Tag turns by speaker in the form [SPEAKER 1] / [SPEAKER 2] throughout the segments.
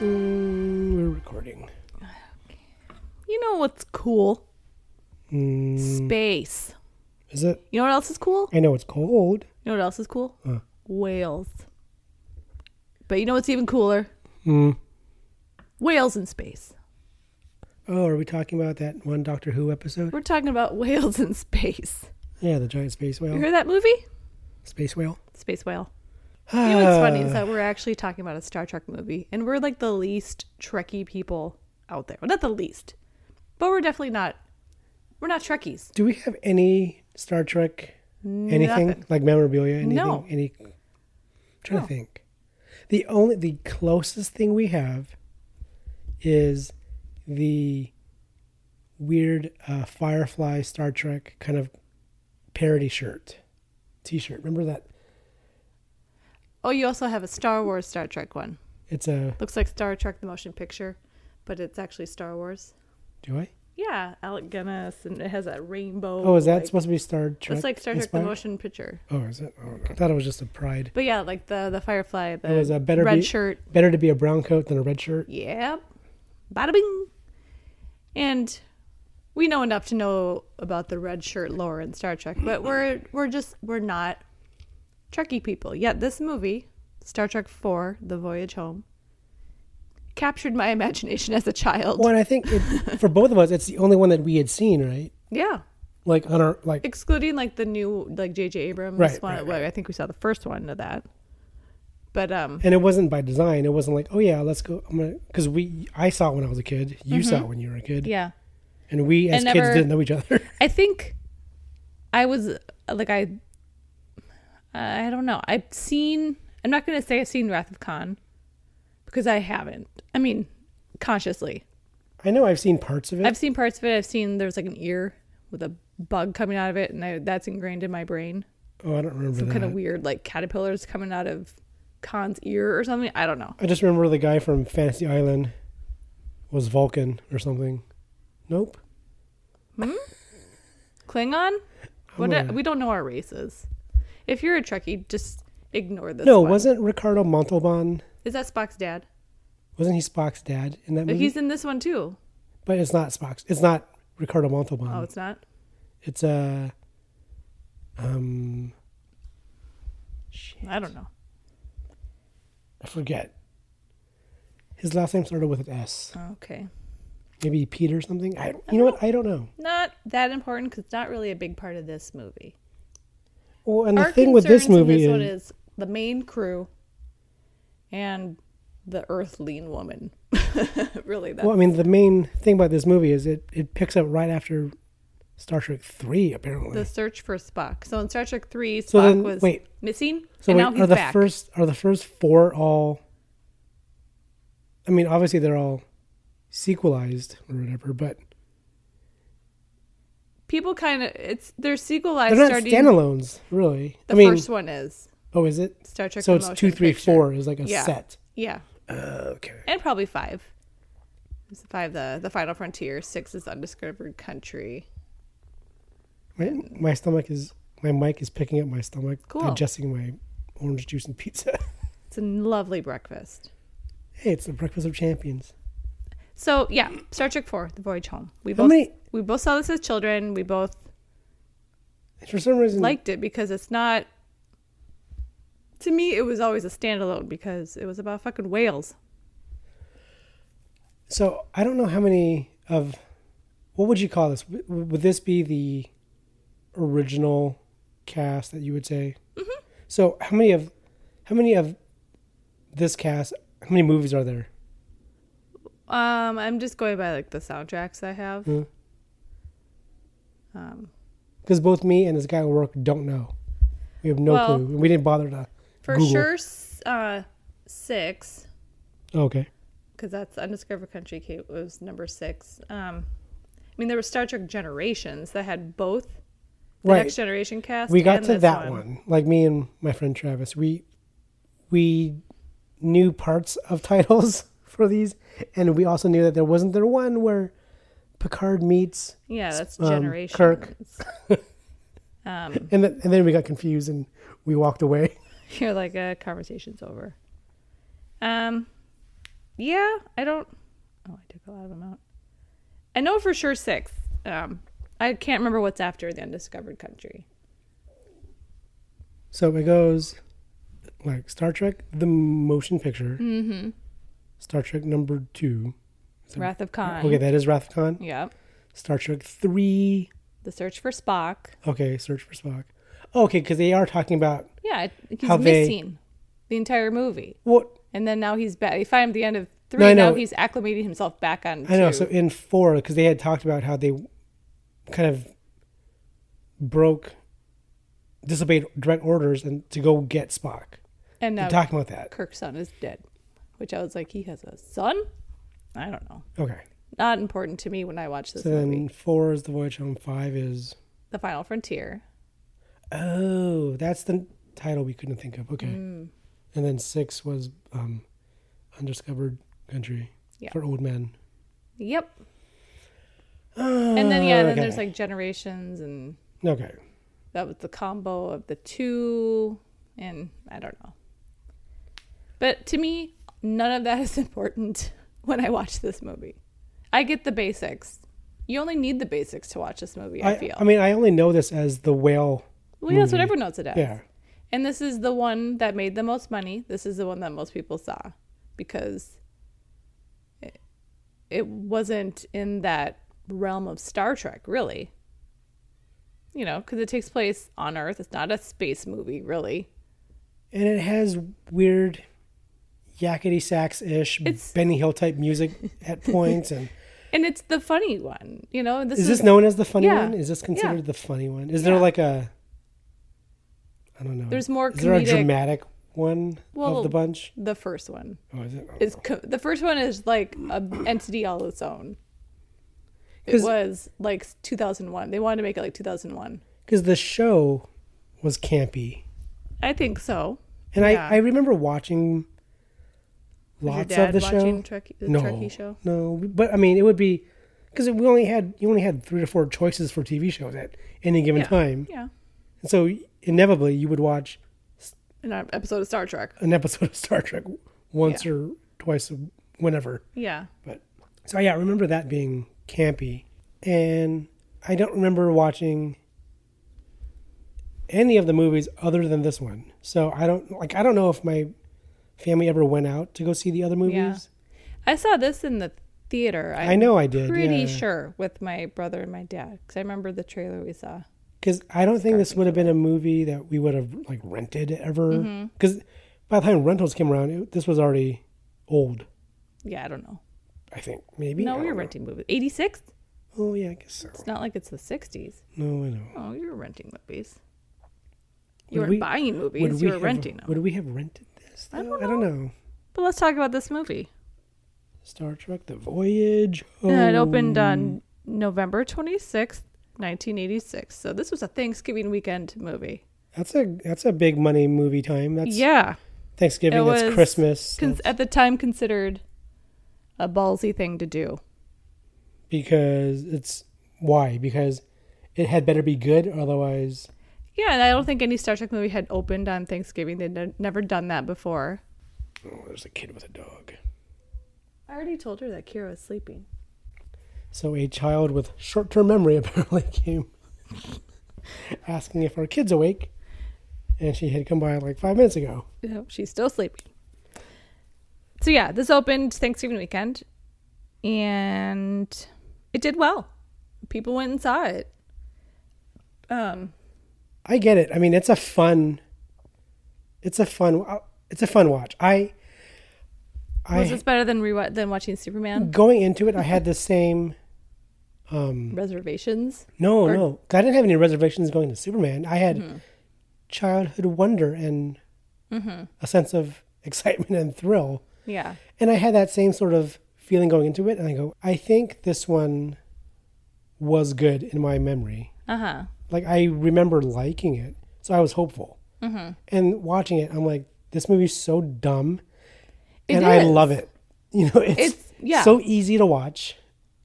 [SPEAKER 1] Mm, we're recording.
[SPEAKER 2] You know what's cool?
[SPEAKER 1] Mm,
[SPEAKER 2] Space.
[SPEAKER 1] is it?
[SPEAKER 2] You know what else is cool? You
[SPEAKER 1] I know it's cold.
[SPEAKER 2] know what else is cool? Whales. But you know what's even cooler?
[SPEAKER 1] Mm.
[SPEAKER 2] Whales in space.
[SPEAKER 1] Oh, are we talking about that one Doctor Who episode?
[SPEAKER 2] We're talking about whales in space.
[SPEAKER 1] Yeah, the giant space
[SPEAKER 2] You
[SPEAKER 1] whale.
[SPEAKER 2] heard that movie?
[SPEAKER 1] Space whale.
[SPEAKER 2] Space whale. You know what's funny is that we're actually talking about a Star Trek movie, and we're like the least Trekkie people out there. Well, not the least, but we're definitely not. We're not Trekkies.
[SPEAKER 1] Do we have any Star Trek anything
[SPEAKER 2] Nothing.
[SPEAKER 1] like memorabilia? Anything?
[SPEAKER 2] No.
[SPEAKER 1] Any? I'm trying to think. The only the closest thing we have is the weird uh, Firefly Star Trek kind of parody shirt, T-shirt. Remember that?
[SPEAKER 2] Oh, you also have a Star Wars Star Trek one.
[SPEAKER 1] It's a.
[SPEAKER 2] Looks like Star Trek the motion picture, but it's actually Star Wars.
[SPEAKER 1] Do I?
[SPEAKER 2] Yeah, Alec Guinness, and it has that rainbow.
[SPEAKER 1] Oh, is that
[SPEAKER 2] like-
[SPEAKER 1] supposed to be Star Trek?
[SPEAKER 2] It's like Star Trek the
[SPEAKER 1] inspired?
[SPEAKER 2] motion picture.
[SPEAKER 1] Oh, is it? Oh, I thought it was just a pride.
[SPEAKER 2] But yeah, like the the Firefly, the
[SPEAKER 1] It was a Oh, better
[SPEAKER 2] red
[SPEAKER 1] be-
[SPEAKER 2] shirt.
[SPEAKER 1] Better to be a brown coat than a red shirt.
[SPEAKER 2] Yep. Bada bing. And we know enough to know about the red shirt lore in Star Trek, but we're we're just we're not Trekkie people. Yet this movie, Star Trek Four, The Voyage Home, captured my imagination as a child.
[SPEAKER 1] Well, and I think it, for both of us, it's the only one that we had seen, right?
[SPEAKER 2] Yeah.
[SPEAKER 1] Like on our like.
[SPEAKER 2] excluding like the new like JJ Abrams
[SPEAKER 1] Right,
[SPEAKER 2] one.
[SPEAKER 1] right,
[SPEAKER 2] well, I think we saw the first one of that. But um
[SPEAKER 1] and it wasn't by design. It wasn't like, oh yeah, let's go. I'm gonna because we I saw it when I was a kid. You saw it when you were a kid,
[SPEAKER 2] Mm-hmm. yeah.
[SPEAKER 1] and we as
[SPEAKER 2] And
[SPEAKER 1] kids
[SPEAKER 2] never-
[SPEAKER 1] didn't know each other.
[SPEAKER 2] I think I was like I I don't know. I've seen I'm not going to say I've seen Wrath of Khan because I haven't. I mean, consciously.
[SPEAKER 1] I know I've seen parts of it.
[SPEAKER 2] I've seen parts of it. I've seen there's like an ear with a bug coming out of it and I, that's ingrained in my brain.
[SPEAKER 1] oh, I don't remember that.
[SPEAKER 2] Kind of weird like caterpillars coming out of Khan's ear or something. I don't know.
[SPEAKER 1] I just remember the guy from Fantasy Island was Vulcan or something. Nope.
[SPEAKER 2] Klingon? What
[SPEAKER 1] gonna-
[SPEAKER 2] we don't know our races. If you're a Trekkie, just ignore this.
[SPEAKER 1] No,
[SPEAKER 2] one.
[SPEAKER 1] wasn't Ricardo Montalban?
[SPEAKER 2] is that Spock's dad?
[SPEAKER 1] Wasn't he Spock's dad in that
[SPEAKER 2] But
[SPEAKER 1] movie?
[SPEAKER 2] he's in this one too.
[SPEAKER 1] But it's not Spock's. It's not Ricardo Montalban.
[SPEAKER 2] Oh, it's not.
[SPEAKER 1] It's a. Um, shit,
[SPEAKER 2] I don't know.
[SPEAKER 1] I forget. His last name started with an S.
[SPEAKER 2] Okay,
[SPEAKER 1] Maybe Peter or something. I, you know what? I don't know.
[SPEAKER 2] not that important because it's not really a big part of this movie.
[SPEAKER 1] Well, and the
[SPEAKER 2] Our
[SPEAKER 1] thing with this
[SPEAKER 2] concerns in
[SPEAKER 1] movie
[SPEAKER 2] one
[SPEAKER 1] is,
[SPEAKER 2] is the main crew and the Earthling woman. really, that
[SPEAKER 1] well, I mean, the main thing about this movie is it it picks up right after Star Trek Three, apparently.
[SPEAKER 2] the search for Spock. So in Star Trek Three, Spock
[SPEAKER 1] then-
[SPEAKER 2] was
[SPEAKER 1] wait.
[SPEAKER 2] missing,
[SPEAKER 1] so
[SPEAKER 2] and
[SPEAKER 1] wait,
[SPEAKER 2] now he's
[SPEAKER 1] are the
[SPEAKER 2] back.
[SPEAKER 1] first are the first four all? I mean, obviously they're all sequelized or whatever, but
[SPEAKER 2] People kind of it's their sequel live
[SPEAKER 1] they're not
[SPEAKER 2] starting.
[SPEAKER 1] standalones, really.
[SPEAKER 2] The
[SPEAKER 1] I mean,
[SPEAKER 2] first one is
[SPEAKER 1] oh, is it?
[SPEAKER 2] Star Trek.
[SPEAKER 1] So
[SPEAKER 2] the
[SPEAKER 1] it's
[SPEAKER 2] motion
[SPEAKER 1] two, three,
[SPEAKER 2] picture.
[SPEAKER 1] four is like a
[SPEAKER 2] Yeah.
[SPEAKER 1] set.
[SPEAKER 2] Yeah,
[SPEAKER 1] Okay.
[SPEAKER 2] and probably five. There's Five, the the final frontier. Six is undiscovered country.
[SPEAKER 1] My, my stomach is my mic is picking up my stomach,
[SPEAKER 2] Cool.
[SPEAKER 1] digesting my orange juice and pizza.
[SPEAKER 2] It's a lovely breakfast.
[SPEAKER 1] hey, it's the breakfast of champions.
[SPEAKER 2] So yeah, Star Trek Four: The Voyage Home. We
[SPEAKER 1] How
[SPEAKER 2] both
[SPEAKER 1] many-
[SPEAKER 2] we both saw this as children. We both
[SPEAKER 1] For some reason,
[SPEAKER 2] liked it because it's not. To me, it was always a standalone because it was about fucking whales.
[SPEAKER 1] so I don't know how many of what would you call this? W- Would this be the original cast that you would say?
[SPEAKER 2] Mm-hmm.
[SPEAKER 1] So how many of how many of this cast? How many movies are there?
[SPEAKER 2] Um, I'm just going by like the soundtracks I have.
[SPEAKER 1] Hmm.
[SPEAKER 2] Um,
[SPEAKER 1] Because both me and this guy at work don't know. We have no
[SPEAKER 2] Well-
[SPEAKER 1] clue. We didn't bother to.
[SPEAKER 2] for
[SPEAKER 1] Google.
[SPEAKER 2] sure, s- uh, six.
[SPEAKER 1] Okay.
[SPEAKER 2] because that's Undiscovered Country Kate was number six. Um, I mean, there were Star Trek Generations that had both the
[SPEAKER 1] Right.
[SPEAKER 2] Next Generation cast.
[SPEAKER 1] we got
[SPEAKER 2] and
[SPEAKER 1] to
[SPEAKER 2] this
[SPEAKER 1] that one. like me and my friend travis we we knew parts of titles for these and we also knew that there wasn't there one where picard meets
[SPEAKER 2] Yeah, that's
[SPEAKER 1] um,
[SPEAKER 2] Generations.
[SPEAKER 1] Kirk.
[SPEAKER 2] um,
[SPEAKER 1] and, th- and then we got confused and we walked away
[SPEAKER 2] you're like a conversation's over. uh, Um, Yeah, I don't. Oh, I took a lot of them out. I know for sure six. Um, I can't remember what's after the undiscovered country.
[SPEAKER 1] So it goes like Star Trek, the motion picture,
[SPEAKER 2] Mm-hmm.
[SPEAKER 1] Star Trek number two. So-
[SPEAKER 2] Wrath of Khan.
[SPEAKER 1] Okay, that is Wrath of Khan.
[SPEAKER 2] Yeah.
[SPEAKER 1] Star Trek three.
[SPEAKER 2] The search for Spock.
[SPEAKER 1] Okay, search for Spock. Oh, Okay, because they are talking about
[SPEAKER 2] Yeah, it- he's
[SPEAKER 1] How they-
[SPEAKER 2] missing the entire movie,
[SPEAKER 1] what
[SPEAKER 2] and then now he's back. You find him at the end of three.
[SPEAKER 1] No, I
[SPEAKER 2] now
[SPEAKER 1] know.
[SPEAKER 2] he's acclimating himself back on.
[SPEAKER 1] I know.
[SPEAKER 2] two.
[SPEAKER 1] So in four, because they had talked about how they kind of broke, disobeyed direct orders, and to go get Spock.
[SPEAKER 2] and now
[SPEAKER 1] They're talking about that.
[SPEAKER 2] Kirk's son is dead, which I was like, he has a son. I don't know.
[SPEAKER 1] Okay.
[SPEAKER 2] Not important to me when I watch this
[SPEAKER 1] So
[SPEAKER 2] movie.
[SPEAKER 1] then four is the Voyage Home. Five is
[SPEAKER 2] The Final Frontier.
[SPEAKER 1] oh, that's the title we couldn't think of. Okay.
[SPEAKER 2] Hmm.
[SPEAKER 1] And then six was um, undiscovered country
[SPEAKER 2] Yeah.
[SPEAKER 1] for old men.
[SPEAKER 2] Yep. And then yeah, then
[SPEAKER 1] Oh, Okay.
[SPEAKER 2] there's like generations, and
[SPEAKER 1] okay.
[SPEAKER 2] that was the combo of the two, and I don't know. But to me, none of that is important when I watch this movie. I get the basics. You only need the basics to watch this movie. I,
[SPEAKER 1] I,
[SPEAKER 2] feel.
[SPEAKER 1] I mean, I only know this as the whale.
[SPEAKER 2] well, that's what everyone knows it as.
[SPEAKER 1] Yeah.
[SPEAKER 2] And this is the one that made the most money. This is the one that most people saw because it, it wasn't in that realm of Star Trek, really. You know, because it takes place on Earth. It's not a space movie, really.
[SPEAKER 1] and it has weird yakety sax ish
[SPEAKER 2] It's-
[SPEAKER 1] Benny Hill type music at points. And
[SPEAKER 2] And it's the funny one. You know, this
[SPEAKER 1] is
[SPEAKER 2] is,
[SPEAKER 1] this known as the funny
[SPEAKER 2] Yeah.
[SPEAKER 1] one? Is this considered
[SPEAKER 2] Yeah.
[SPEAKER 1] the funny one? Is
[SPEAKER 2] Yeah.
[SPEAKER 1] there like a I don't know.
[SPEAKER 2] There's more
[SPEAKER 1] Is there a
[SPEAKER 2] comedic-
[SPEAKER 1] dramatic one
[SPEAKER 2] Well-
[SPEAKER 1] of the bunch?
[SPEAKER 2] the first one.
[SPEAKER 1] Oh, is it?
[SPEAKER 2] It's co- the first one is like an entity all its own. It
[SPEAKER 1] 'Cause-
[SPEAKER 2] was like 2001. They wanted to make it like 2001.
[SPEAKER 1] Because the show was campy,
[SPEAKER 2] I think so.
[SPEAKER 1] and
[SPEAKER 2] Yeah.
[SPEAKER 1] I I remember watching
[SPEAKER 2] Was your
[SPEAKER 1] lots of
[SPEAKER 2] dad
[SPEAKER 1] the
[SPEAKER 2] watching
[SPEAKER 1] show.
[SPEAKER 2] Trek- the
[SPEAKER 1] no,
[SPEAKER 2] Trekkie show?
[SPEAKER 1] no, but I mean it would be because we only had you only had three to four choices for TV shows at any given
[SPEAKER 2] Yeah.
[SPEAKER 1] time.
[SPEAKER 2] Yeah.
[SPEAKER 1] And so inevitably you would watch
[SPEAKER 2] An ep- episode of Star Trek.
[SPEAKER 1] an episode of Star Trek once
[SPEAKER 2] Yeah.
[SPEAKER 1] or twice, a, whenever.
[SPEAKER 2] Yeah.
[SPEAKER 1] But so yeah, I remember that being campy, and I don't remember watching any of the movies other than this one. So I don't like I don't know if my family ever went out to go see the other movies.
[SPEAKER 2] Yeah. I saw this in the theater. I'm
[SPEAKER 1] I know I did.
[SPEAKER 2] Pretty
[SPEAKER 1] yeah.
[SPEAKER 2] sure with my brother and my dad because I remember the trailer we saw.
[SPEAKER 1] because I don't think this would have been a movie that we would have like rented
[SPEAKER 2] Mm-hmm.
[SPEAKER 1] ever. Because by the time rentals came around, it, this was already old.
[SPEAKER 2] Yeah, I don't know.
[SPEAKER 1] I think maybe. I
[SPEAKER 2] no, we
[SPEAKER 1] don't
[SPEAKER 2] were
[SPEAKER 1] know.
[SPEAKER 2] renting movies. 86?
[SPEAKER 1] Oh yeah, I guess so.
[SPEAKER 2] It's not like it's the 60s.
[SPEAKER 1] No, I know.
[SPEAKER 2] Oh, you were renting movies. You
[SPEAKER 1] Would
[SPEAKER 2] weren't
[SPEAKER 1] we-
[SPEAKER 2] buying
[SPEAKER 1] Would
[SPEAKER 2] movies.
[SPEAKER 1] we
[SPEAKER 2] You were
[SPEAKER 1] have-
[SPEAKER 2] renting them.
[SPEAKER 1] Would we have rented this?
[SPEAKER 2] I
[SPEAKER 1] though?
[SPEAKER 2] don't
[SPEAKER 1] know.
[SPEAKER 2] But let's talk about this movie.
[SPEAKER 1] Star Trek: The Voyage. Oh,
[SPEAKER 2] And it
[SPEAKER 1] Home.
[SPEAKER 2] opened on November 26th, 1986. So this was a Thanksgiving weekend movie.
[SPEAKER 1] That's a that's a big money movie time. That's
[SPEAKER 2] yeah.
[SPEAKER 1] Thanksgiving.
[SPEAKER 2] It
[SPEAKER 1] That's
[SPEAKER 2] was
[SPEAKER 1] Christmas.
[SPEAKER 2] Cons-
[SPEAKER 1] that's-
[SPEAKER 2] at the time considered a ballsy thing to do.
[SPEAKER 1] because it's why because it had better be good. Otherwise,
[SPEAKER 2] Yeah, and I don't think any Star Trek movie had opened on Thanksgiving. They'd ne- never done that before.
[SPEAKER 1] oh, there's a kid with a dog.
[SPEAKER 2] I already told her that Kira was sleeping.
[SPEAKER 1] So a child with short-term memory apparently came asking if our kid's awake, and she had come by like five minutes ago.
[SPEAKER 2] No, she's still sleeping. So yeah, this opened Thanksgiving weekend, and it did well. People went and saw it. Um,
[SPEAKER 1] I get it. I mean, it's a fun. It's a fun. uh, It's a fun watch. I. I
[SPEAKER 2] was this better than re- than watching Superman?
[SPEAKER 1] going into it, I had the same. um,
[SPEAKER 2] Mm. Reservations.
[SPEAKER 1] No,
[SPEAKER 2] Or- Mm-hmm.
[SPEAKER 1] no, 'Cause I didn't have any reservations going to Superman. I had childhood wonder and
[SPEAKER 2] Mm-hmm.
[SPEAKER 1] a sense of excitement and thrill,
[SPEAKER 2] Yeah,
[SPEAKER 1] and I had that same sort of feeling going into it. And I go, I think this one was good in my memory.
[SPEAKER 2] uh huh.
[SPEAKER 1] Like I remember liking it, so I was hopeful.
[SPEAKER 2] Mm-hmm.
[SPEAKER 1] And watching it, I'm like, this movie's so dumb,
[SPEAKER 2] It
[SPEAKER 1] and I
[SPEAKER 2] is.
[SPEAKER 1] love it. You know, it's,
[SPEAKER 2] It's- yeah.
[SPEAKER 1] so easy to watch.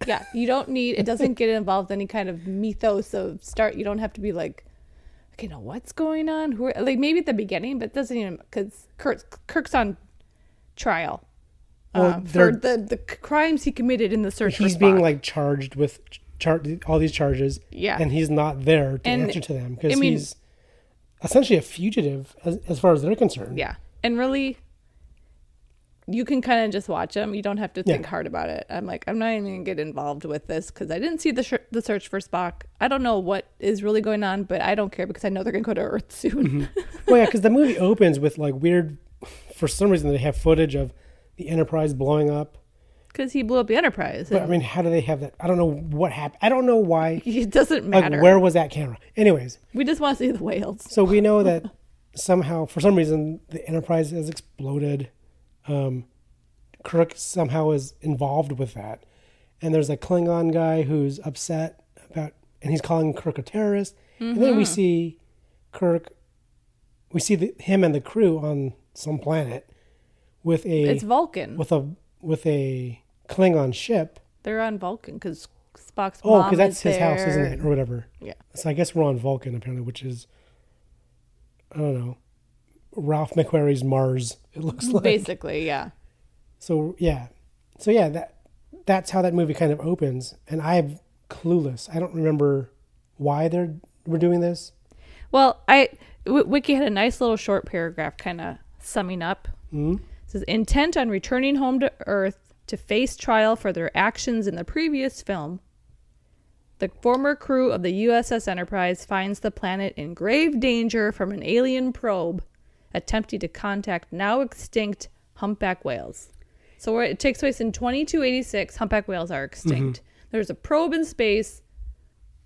[SPEAKER 2] Yeah, you don't need it doesn't get involved any kind of mythos of start. You don't have to be like, okay, now what's going on? Who are, like maybe at the beginning, but it doesn't even because Kirk's Kirk's on trial
[SPEAKER 1] Well,
[SPEAKER 2] uh,
[SPEAKER 1] they're-
[SPEAKER 2] for the, the c- crimes he committed in the search.
[SPEAKER 1] he's
[SPEAKER 2] for
[SPEAKER 1] being
[SPEAKER 2] Spock.
[SPEAKER 1] like charged with char- all these charges.
[SPEAKER 2] Yeah.
[SPEAKER 1] and he's not there to
[SPEAKER 2] And-
[SPEAKER 1] answer to them because
[SPEAKER 2] I mean-
[SPEAKER 1] he's essentially a fugitive as, as far as they're concerned.
[SPEAKER 2] yeah, and really, you can kind of just watch him. You don't have to think hard about it. I'm like, I'm not even gonna get involved with this because I didn't see the sh- the search for Spock. I don't know what is really going on, but I don't care because I know they're gonna go to Earth soon.
[SPEAKER 1] well, yeah, because the movie opens with like weird. For some reason, they have footage of the Enterprise blowing up.
[SPEAKER 2] because he blew up the Enterprise.
[SPEAKER 1] But I mean, how do they have that? I don't know what happened. I don't know why.
[SPEAKER 2] it doesn't
[SPEAKER 1] Like,
[SPEAKER 2] matter.
[SPEAKER 1] where was that camera? Anyways,
[SPEAKER 2] we just want to see the whales.
[SPEAKER 1] so we know that somehow, for some reason, the Enterprise has exploded. Um, Kirk somehow is involved with that, and there's a Klingon guy who's upset about, and he's calling Kirk a terrorist. And then we
[SPEAKER 2] Mm-hmm.
[SPEAKER 1] see Kirk, we see the, him and the crew on some planet with a
[SPEAKER 2] It's Vulcan.
[SPEAKER 1] with a with a Klingon ship.
[SPEAKER 2] They're on Vulcan because Spock's
[SPEAKER 1] Oh,
[SPEAKER 2] mom
[SPEAKER 1] because that's
[SPEAKER 2] is
[SPEAKER 1] his house, isn't
[SPEAKER 2] there.
[SPEAKER 1] it, or whatever.
[SPEAKER 2] Yeah.
[SPEAKER 1] So I guess we're on Vulcan apparently, which is I don't know Ralph McQuarrie's Mars. It looks like.
[SPEAKER 2] Basically, yeah.
[SPEAKER 1] So yeah, so yeah, that that's how that movie kind of opens, and I'm clueless. I don't remember why they're we're doing this.
[SPEAKER 2] Well, I w- Wiki had a nice little short paragraph, kind of summing up. Mm-hmm. says intent on returning home to Earth to face trial for their actions in the previous film. The former crew of the USS Enterprise finds the planet in grave danger from an alien probe attempting to contact now extinct humpback whales. So where it takes place in 2286, humpback whales are extinct. There's a probe in space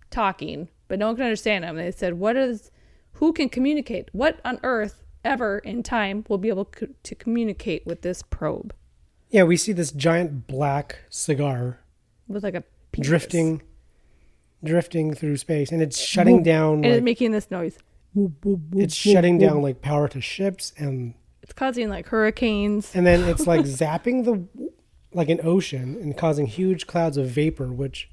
[SPEAKER 2] talking, but no one can understand them. They said, "What is? Who can communicate? What on earth ever in time will be able co- to communicate with this probe?"
[SPEAKER 1] Yeah, we see this giant black cigar
[SPEAKER 2] With like a penis.
[SPEAKER 1] drifting, drifting through space, and it's shutting down.
[SPEAKER 2] and it's
[SPEAKER 1] Like,
[SPEAKER 2] making this noise.
[SPEAKER 1] it's shutting down like power to ships and
[SPEAKER 2] It's causing like hurricanes.
[SPEAKER 1] and then it's like zapping the like an ocean and causing huge clouds of vapor which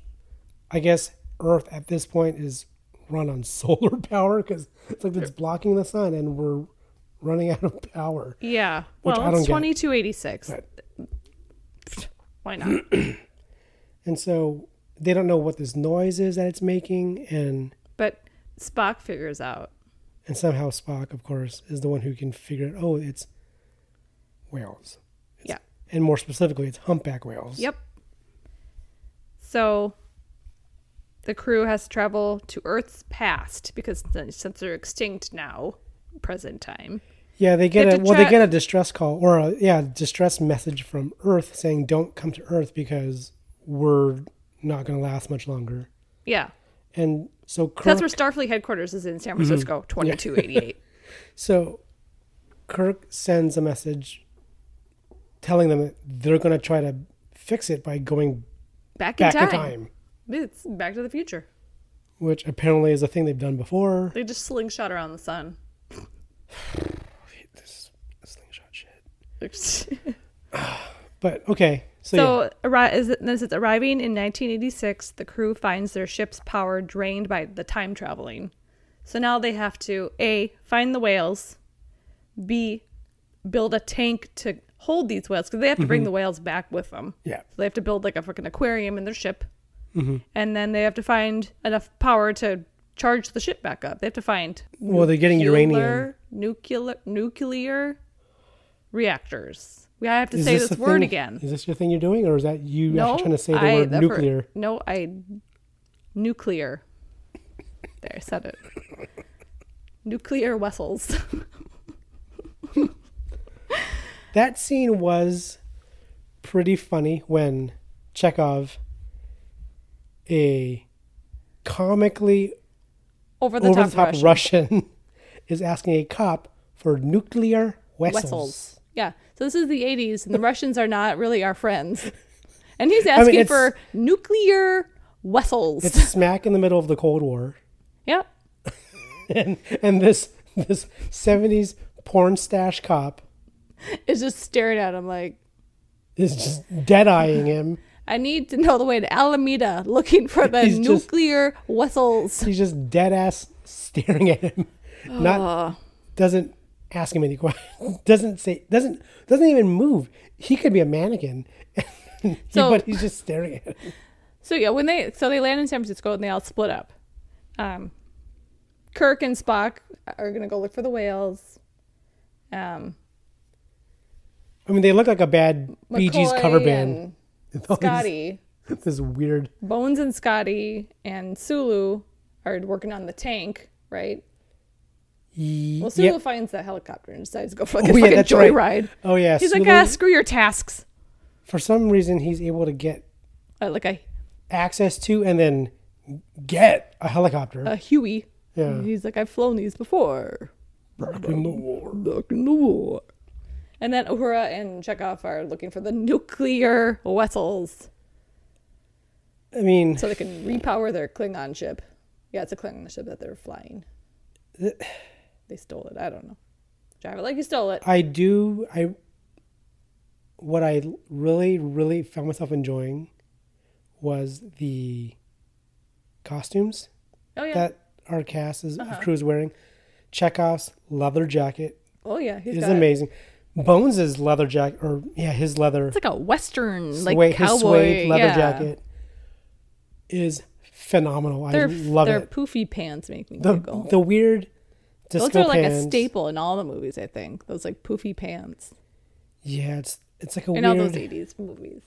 [SPEAKER 1] i guess earth at this point is run on solar power because it's like it's blocking the sun and we're running out of power
[SPEAKER 2] Yeah.
[SPEAKER 1] Which I
[SPEAKER 2] well,
[SPEAKER 1] don't
[SPEAKER 2] it's
[SPEAKER 1] get.
[SPEAKER 2] 2286. Why not?
[SPEAKER 1] and so they don't know what this noise is that it's making and
[SPEAKER 2] but Spock figures out.
[SPEAKER 1] and somehow spock of course is the one who can figure it oh it's whales
[SPEAKER 2] Yeah.
[SPEAKER 1] and more specifically it's humpback whales
[SPEAKER 2] Yep. So the crew has to travel to Earth's past because since they're extinct now, present time.
[SPEAKER 1] Yeah, they get
[SPEAKER 2] They
[SPEAKER 1] a
[SPEAKER 2] have to
[SPEAKER 1] well, they
[SPEAKER 2] try-
[SPEAKER 1] get a distress call or a yeah, distress message from Earth saying don't come to Earth because we're not going to last much longer.
[SPEAKER 2] Yeah.
[SPEAKER 1] And so Kirk,
[SPEAKER 2] That's where Starfleet headquarters is in San Francisco, 2288.
[SPEAKER 1] so Kirk sends a message telling them that they're going to try to fix it by going
[SPEAKER 2] Back,
[SPEAKER 1] back
[SPEAKER 2] in, time.
[SPEAKER 1] in time,
[SPEAKER 2] It's Back to the Future.
[SPEAKER 1] which apparently is a thing they've done before.
[SPEAKER 2] They just slingshot around the sun.
[SPEAKER 1] This slingshot shit. But okay, so, yeah.
[SPEAKER 2] So arri- is it, this is arriving in 1986. The crew finds their ship's power drained by the time traveling. So now they have to a find the whales, b build a tank to hold these whales because they have to
[SPEAKER 1] Mm-hmm.
[SPEAKER 2] bring the whales back with them.
[SPEAKER 1] Yeah.
[SPEAKER 2] So they have to build like a freaking aquarium in their ship,
[SPEAKER 1] Mm-hmm.
[SPEAKER 2] and then they have to find enough power to charge the ship back up. They have to find
[SPEAKER 1] Well, they're getting uranium.
[SPEAKER 2] nuclear nuclear nuclear reactors. We I have to
[SPEAKER 1] Is
[SPEAKER 2] say
[SPEAKER 1] the
[SPEAKER 2] this word
[SPEAKER 1] thing-
[SPEAKER 2] again.
[SPEAKER 1] Is this your thing you're doing, or is that you actually trying to say the word
[SPEAKER 2] that for-
[SPEAKER 1] nuclear?
[SPEAKER 2] no, I nuclear. There, I said it. nuclear vessels.
[SPEAKER 1] That scene was pretty funny when Chekhov, a comically
[SPEAKER 2] Over the
[SPEAKER 1] over
[SPEAKER 2] top,
[SPEAKER 1] the top
[SPEAKER 2] Russian
[SPEAKER 1] Russian. is asking a cop for nuclear vessels.
[SPEAKER 2] vessels. Yeah. So this is the 80s, and the Russians are not really our friends. And he's asking
[SPEAKER 1] it's-
[SPEAKER 2] for nuclear vessels.
[SPEAKER 1] It's smack in the middle of the Cold War,
[SPEAKER 2] yeah.
[SPEAKER 1] and and this this seventies porn stash cop
[SPEAKER 2] It's just staring at him like,
[SPEAKER 1] is just dead eyeing him.
[SPEAKER 2] I need to know the way to Alameda looking for the
[SPEAKER 1] He's just-
[SPEAKER 2] nuclear vessels.
[SPEAKER 1] Uh, He's just dead ass staring at him. Not doesn't ask him any questions. doesn't say doesn't doesn't even move. He could be a mannequin,
[SPEAKER 2] So-
[SPEAKER 1] but he's just staring at. It.
[SPEAKER 2] So yeah, when they so they land in San Francisco and they all split up. Um, Kirk and Spock are gonna go look for the whales. Um,
[SPEAKER 1] I mean, they look like a bad Bee Gees
[SPEAKER 2] McCoy
[SPEAKER 1] cover band.
[SPEAKER 2] and
[SPEAKER 1] With all these-
[SPEAKER 2] Scotty,
[SPEAKER 1] This weird.
[SPEAKER 2] Bones and Scotty and Sulu are working on the tank, right? Well, Sulu
[SPEAKER 1] yeah.
[SPEAKER 2] finds that helicopter and decides to go for like, a
[SPEAKER 1] Oh, yeah,
[SPEAKER 2] fucking
[SPEAKER 1] that's right.
[SPEAKER 2] joyride.
[SPEAKER 1] Oh yeah.
[SPEAKER 2] He's like,
[SPEAKER 1] Sulu-
[SPEAKER 2] ah, screw your tasks.
[SPEAKER 1] for some reason, he's able to get
[SPEAKER 2] Uh, like a,
[SPEAKER 1] access to and then get a helicopter.
[SPEAKER 2] a Huey.
[SPEAKER 1] Yeah.
[SPEAKER 2] He's like, I've flown these before.
[SPEAKER 1] Back in the war.
[SPEAKER 2] Back in the war. And then Uhura and Chekhov are looking for the nuclear vessels
[SPEAKER 1] I mean,
[SPEAKER 2] so they can repower their Klingon ship. Yeah, it's a Klingon ship that they're flying. they stole it. I don't know. Drive it like you stole it.
[SPEAKER 1] I do. I what I really, really found myself enjoying was the costumes
[SPEAKER 2] Oh yeah. Uh-huh.
[SPEAKER 1] that our cast is crew is wearing. Chekhov's leather jacket
[SPEAKER 2] oh yeah. He's
[SPEAKER 1] is
[SPEAKER 2] got
[SPEAKER 1] amazing. Bones's leather jacket, or yeah, his leather
[SPEAKER 2] It's like a western, like
[SPEAKER 1] suede-
[SPEAKER 2] cowboy
[SPEAKER 1] his suede leather
[SPEAKER 2] yeah.
[SPEAKER 1] jacket is phenomenal.
[SPEAKER 2] Their,
[SPEAKER 1] I love
[SPEAKER 2] their
[SPEAKER 1] it.
[SPEAKER 2] poofy pants make me
[SPEAKER 1] The,
[SPEAKER 2] giggle.
[SPEAKER 1] the weird disco
[SPEAKER 2] Those are like
[SPEAKER 1] pants.
[SPEAKER 2] a staple in all the movies, I think. Those like poofy pants
[SPEAKER 1] Yeah, it's it's like a weird.
[SPEAKER 2] in all those '80s movies.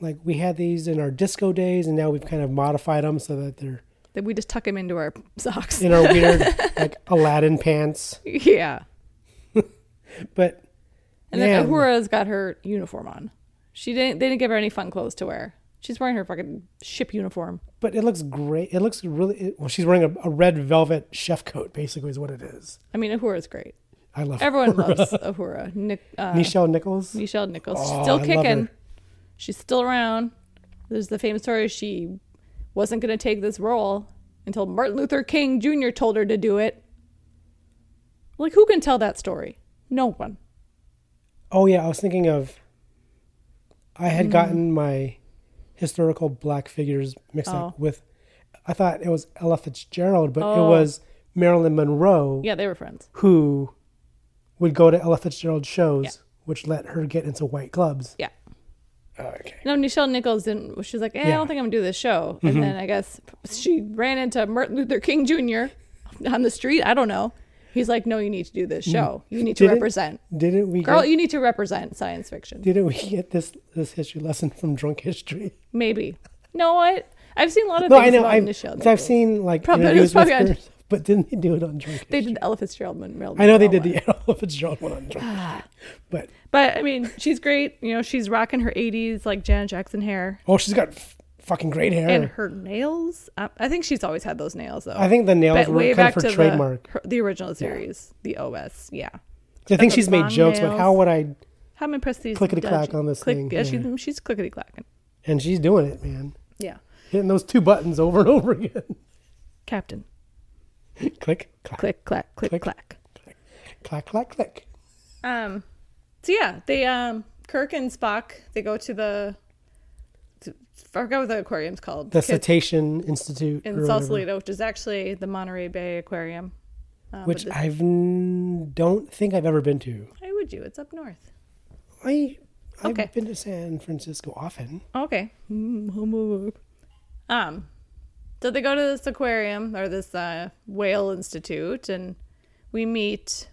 [SPEAKER 1] like we had these in our disco days and now we've kind of modified them so that they're
[SPEAKER 2] That we just tuck them into our socks.
[SPEAKER 1] in our weird like aladdin pants
[SPEAKER 2] yeah.
[SPEAKER 1] but
[SPEAKER 2] And
[SPEAKER 1] yeah,
[SPEAKER 2] then Uhura's got her uniform on. She didn't. They didn't give her any fun clothes to wear. She's wearing her fucking ship uniform.
[SPEAKER 1] but it looks great it looks really it- well she's wearing a, a red velvet chef coat basically is what it is
[SPEAKER 2] I mean, Uhura's great.
[SPEAKER 1] i love
[SPEAKER 2] Everyone loves Uhura. Nick, uh,
[SPEAKER 1] michelle nichols
[SPEAKER 2] Michelle Nichols.
[SPEAKER 1] Oh,
[SPEAKER 2] She's
[SPEAKER 1] I
[SPEAKER 2] still
[SPEAKER 1] love
[SPEAKER 2] kicking.
[SPEAKER 1] her.
[SPEAKER 2] She's still around. There's the famous story she wasn't going to take this role until Martin Luther King Jr. told her to do it. Like, who can tell that story? No one.
[SPEAKER 1] oh yeah i was thinking of i
[SPEAKER 2] Hmm.
[SPEAKER 1] had gotten my historical black figures mixed
[SPEAKER 2] Oh.
[SPEAKER 1] up with i thought it was ella fitzgerald but it
[SPEAKER 2] Oh.
[SPEAKER 1] was marilyn monroe
[SPEAKER 2] Yeah, they were friends.
[SPEAKER 1] who would go to Ella Fitzgerald shows,
[SPEAKER 2] Yeah.
[SPEAKER 1] which let her get into white clubs.
[SPEAKER 2] Yeah.
[SPEAKER 1] Okay.
[SPEAKER 2] No, Michelle Nichols didn't. She was like, eh, I
[SPEAKER 1] Yeah. Mm-hmm.
[SPEAKER 2] don't think I'm going to do this show. And then I guess she ran into Martin Luther King Jr. on the street. I don't know. He's like, no, you need to do this
[SPEAKER 1] Mm-hmm.
[SPEAKER 2] show. You need to
[SPEAKER 1] Didn't-
[SPEAKER 2] represent.
[SPEAKER 1] Didn't we
[SPEAKER 2] Girl,
[SPEAKER 1] get,
[SPEAKER 2] you need to represent science fiction.
[SPEAKER 1] didn't we get this this history lesson from Drunk History?
[SPEAKER 2] Maybe. No, what? I've seen a lot of
[SPEAKER 1] No,
[SPEAKER 2] things
[SPEAKER 1] I know.
[SPEAKER 2] about
[SPEAKER 1] I've,
[SPEAKER 2] Nichelle
[SPEAKER 1] so I've
[SPEAKER 2] Nichols.
[SPEAKER 1] seen like
[SPEAKER 2] Probably- it was
[SPEAKER 1] interviews with
[SPEAKER 2] probably on-
[SPEAKER 1] her, but didn't they do it on Drunk?
[SPEAKER 2] They Oh, did the Ella Fitzgerald and Marilyn
[SPEAKER 1] I know they did
[SPEAKER 2] Monroe one.
[SPEAKER 1] the Ella Fitzgerald one on Drunk,
[SPEAKER 2] Ah.
[SPEAKER 1] History, but
[SPEAKER 2] But I mean, she's great. You know, she's rocking her 80s like Janet Jackson hair
[SPEAKER 1] oh, she's got f- fucking great hair.
[SPEAKER 2] and her nails. I, I think she's always had those nails though.
[SPEAKER 1] I think the nails
[SPEAKER 2] but
[SPEAKER 1] were
[SPEAKER 2] way
[SPEAKER 1] kind of
[SPEAKER 2] back
[SPEAKER 1] her
[SPEAKER 2] to
[SPEAKER 1] trademark.
[SPEAKER 2] the her, the original series, the OS. Yeah.
[SPEAKER 1] 'Cause I think
[SPEAKER 2] the
[SPEAKER 1] she's made
[SPEAKER 2] blonde
[SPEAKER 1] jokes, but
[SPEAKER 2] nails.
[SPEAKER 1] how would I?
[SPEAKER 2] How many press these?
[SPEAKER 1] Clickety-clack on this
[SPEAKER 2] click,
[SPEAKER 1] thing,
[SPEAKER 2] Yeah,
[SPEAKER 1] yeah.
[SPEAKER 2] she's she's clickety clacking.
[SPEAKER 1] And she's doing it, man.
[SPEAKER 2] Yeah.
[SPEAKER 1] Hitting those two buttons over and over again.
[SPEAKER 2] Captain.
[SPEAKER 1] click, clack,
[SPEAKER 2] Click clack click,
[SPEAKER 1] Click.
[SPEAKER 2] clack.
[SPEAKER 1] clack, clack, click.
[SPEAKER 2] Um so yeah, they um Kirk and Spock, they go to the to, I forgot what the aquarium's called.
[SPEAKER 1] The
[SPEAKER 2] Kids-
[SPEAKER 1] Cetacean Institute
[SPEAKER 2] in
[SPEAKER 1] or whatever.
[SPEAKER 2] Sausalito, which is actually the Monterey Bay Aquarium. Uh,
[SPEAKER 1] which
[SPEAKER 2] but
[SPEAKER 1] I have don't think I've ever been to.
[SPEAKER 2] the- why would you? It's up north.
[SPEAKER 1] I I've
[SPEAKER 2] Okay.
[SPEAKER 1] been to San Francisco often.
[SPEAKER 2] Oh, Okay. Um, so they go to this aquarium or this uh, whale institute, and we meet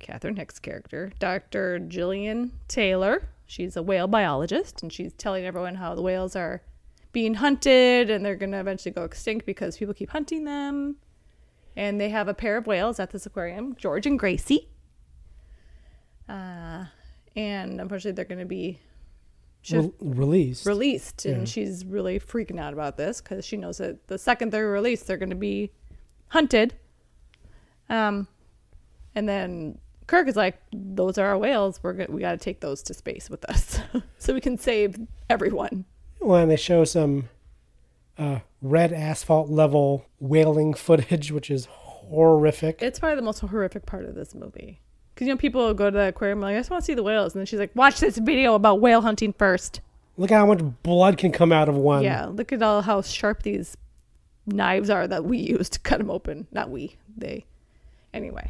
[SPEAKER 2] Catherine Hicks' character, Dr. Jillian Taylor. She's a whale biologist, and she's telling everyone how the whales are being hunted and they're going to eventually go extinct because people keep hunting them. And they have a pair of whales at this aquarium, George and Gracie. Uh, and unfortunately, they're going to be Sure.
[SPEAKER 1] Re- released.
[SPEAKER 2] released and she's really freaking out about this because she knows that the second they're released they're going to be hunted um and then kirk is like those are our whales we're going we got to take those to space with us so we can save everyone
[SPEAKER 1] well, and they show some uh, red asphalt level whaling footage, which is horrific.
[SPEAKER 2] it's probably the most horrific part of this movie because you know people go to the aquarium like i just want to see the whales and then she's like watch this video about whale hunting first
[SPEAKER 1] Look at how much blood can come out of one.
[SPEAKER 2] yeah look at all how sharp these knives are that we use to cut them open not we they Anyway,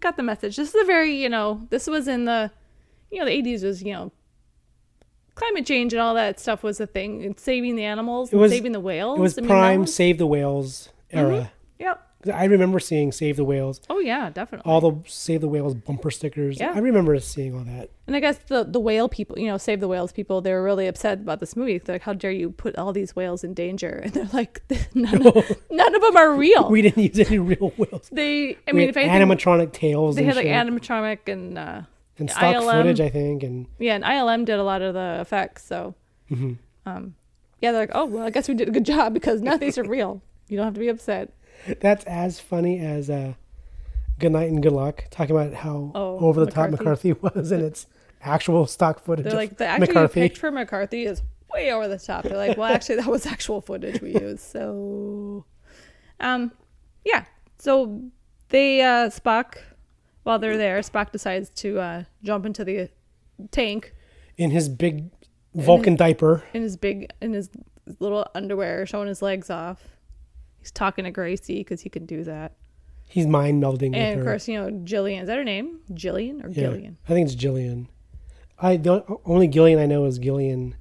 [SPEAKER 2] got the message. This is a very, you know, this was in the, you know, the 80s was, you know, climate change and all that stuff was a thing. And saving the animals,
[SPEAKER 1] was-
[SPEAKER 2] and saving the Mm-hmm. whales.
[SPEAKER 1] It was
[SPEAKER 2] I mean, that
[SPEAKER 1] prime
[SPEAKER 2] was-
[SPEAKER 1] Save the Whales era.
[SPEAKER 2] Yep.
[SPEAKER 1] I remember seeing Save the Whales,
[SPEAKER 2] Oh, yeah, definitely.
[SPEAKER 1] all the Save the Whales bumper stickers.
[SPEAKER 2] Yeah.
[SPEAKER 1] I remember seeing all that.
[SPEAKER 2] And I guess the the whale people, you know, save the whales people, they were really upset about this movie. They're like, how dare you put all these whales in danger? And they're like, none, of, none of them are real.
[SPEAKER 1] We didn't use any real whales.
[SPEAKER 2] they, I
[SPEAKER 1] We
[SPEAKER 2] mean,
[SPEAKER 1] had
[SPEAKER 2] if anything,
[SPEAKER 1] animatronic tails
[SPEAKER 2] they
[SPEAKER 1] and,
[SPEAKER 2] had like
[SPEAKER 1] shit.
[SPEAKER 2] animatronic and uh,
[SPEAKER 1] and stock
[SPEAKER 2] ILM.
[SPEAKER 1] footage, I think. And
[SPEAKER 2] yeah, and ILM did a lot of the effects. So,
[SPEAKER 1] Mm-hmm.
[SPEAKER 2] um, yeah, they're like, oh well, I guess we did a good job because none of these are real. You don't have to be upset.
[SPEAKER 1] that's as funny as uh, Good Night and Good Luck, talking about how
[SPEAKER 2] Oh,
[SPEAKER 1] over the top
[SPEAKER 2] McCarthy.
[SPEAKER 1] McCarthy was and its actual stock footage
[SPEAKER 2] They're
[SPEAKER 1] of
[SPEAKER 2] like, the actor you
[SPEAKER 1] McCarthy.
[SPEAKER 2] picked for McCarthy is way over the top. They're like, well, actually, that was actual footage we used. So, um, yeah. So they uh, Spock, while they're there, Spock decides to uh, jump into the tank
[SPEAKER 1] in his big Vulcan diaper.
[SPEAKER 2] in his big in his little underwear, showing his legs off. He's talking to Gracie because he can do that.
[SPEAKER 1] He's mind melding with
[SPEAKER 2] And
[SPEAKER 1] her.
[SPEAKER 2] of course, you know, Jillian. Is that her name? Jillian or
[SPEAKER 1] Yeah,
[SPEAKER 2] Gillian?
[SPEAKER 1] I think it's Jillian. I the o- only Gillian I know is Gillian.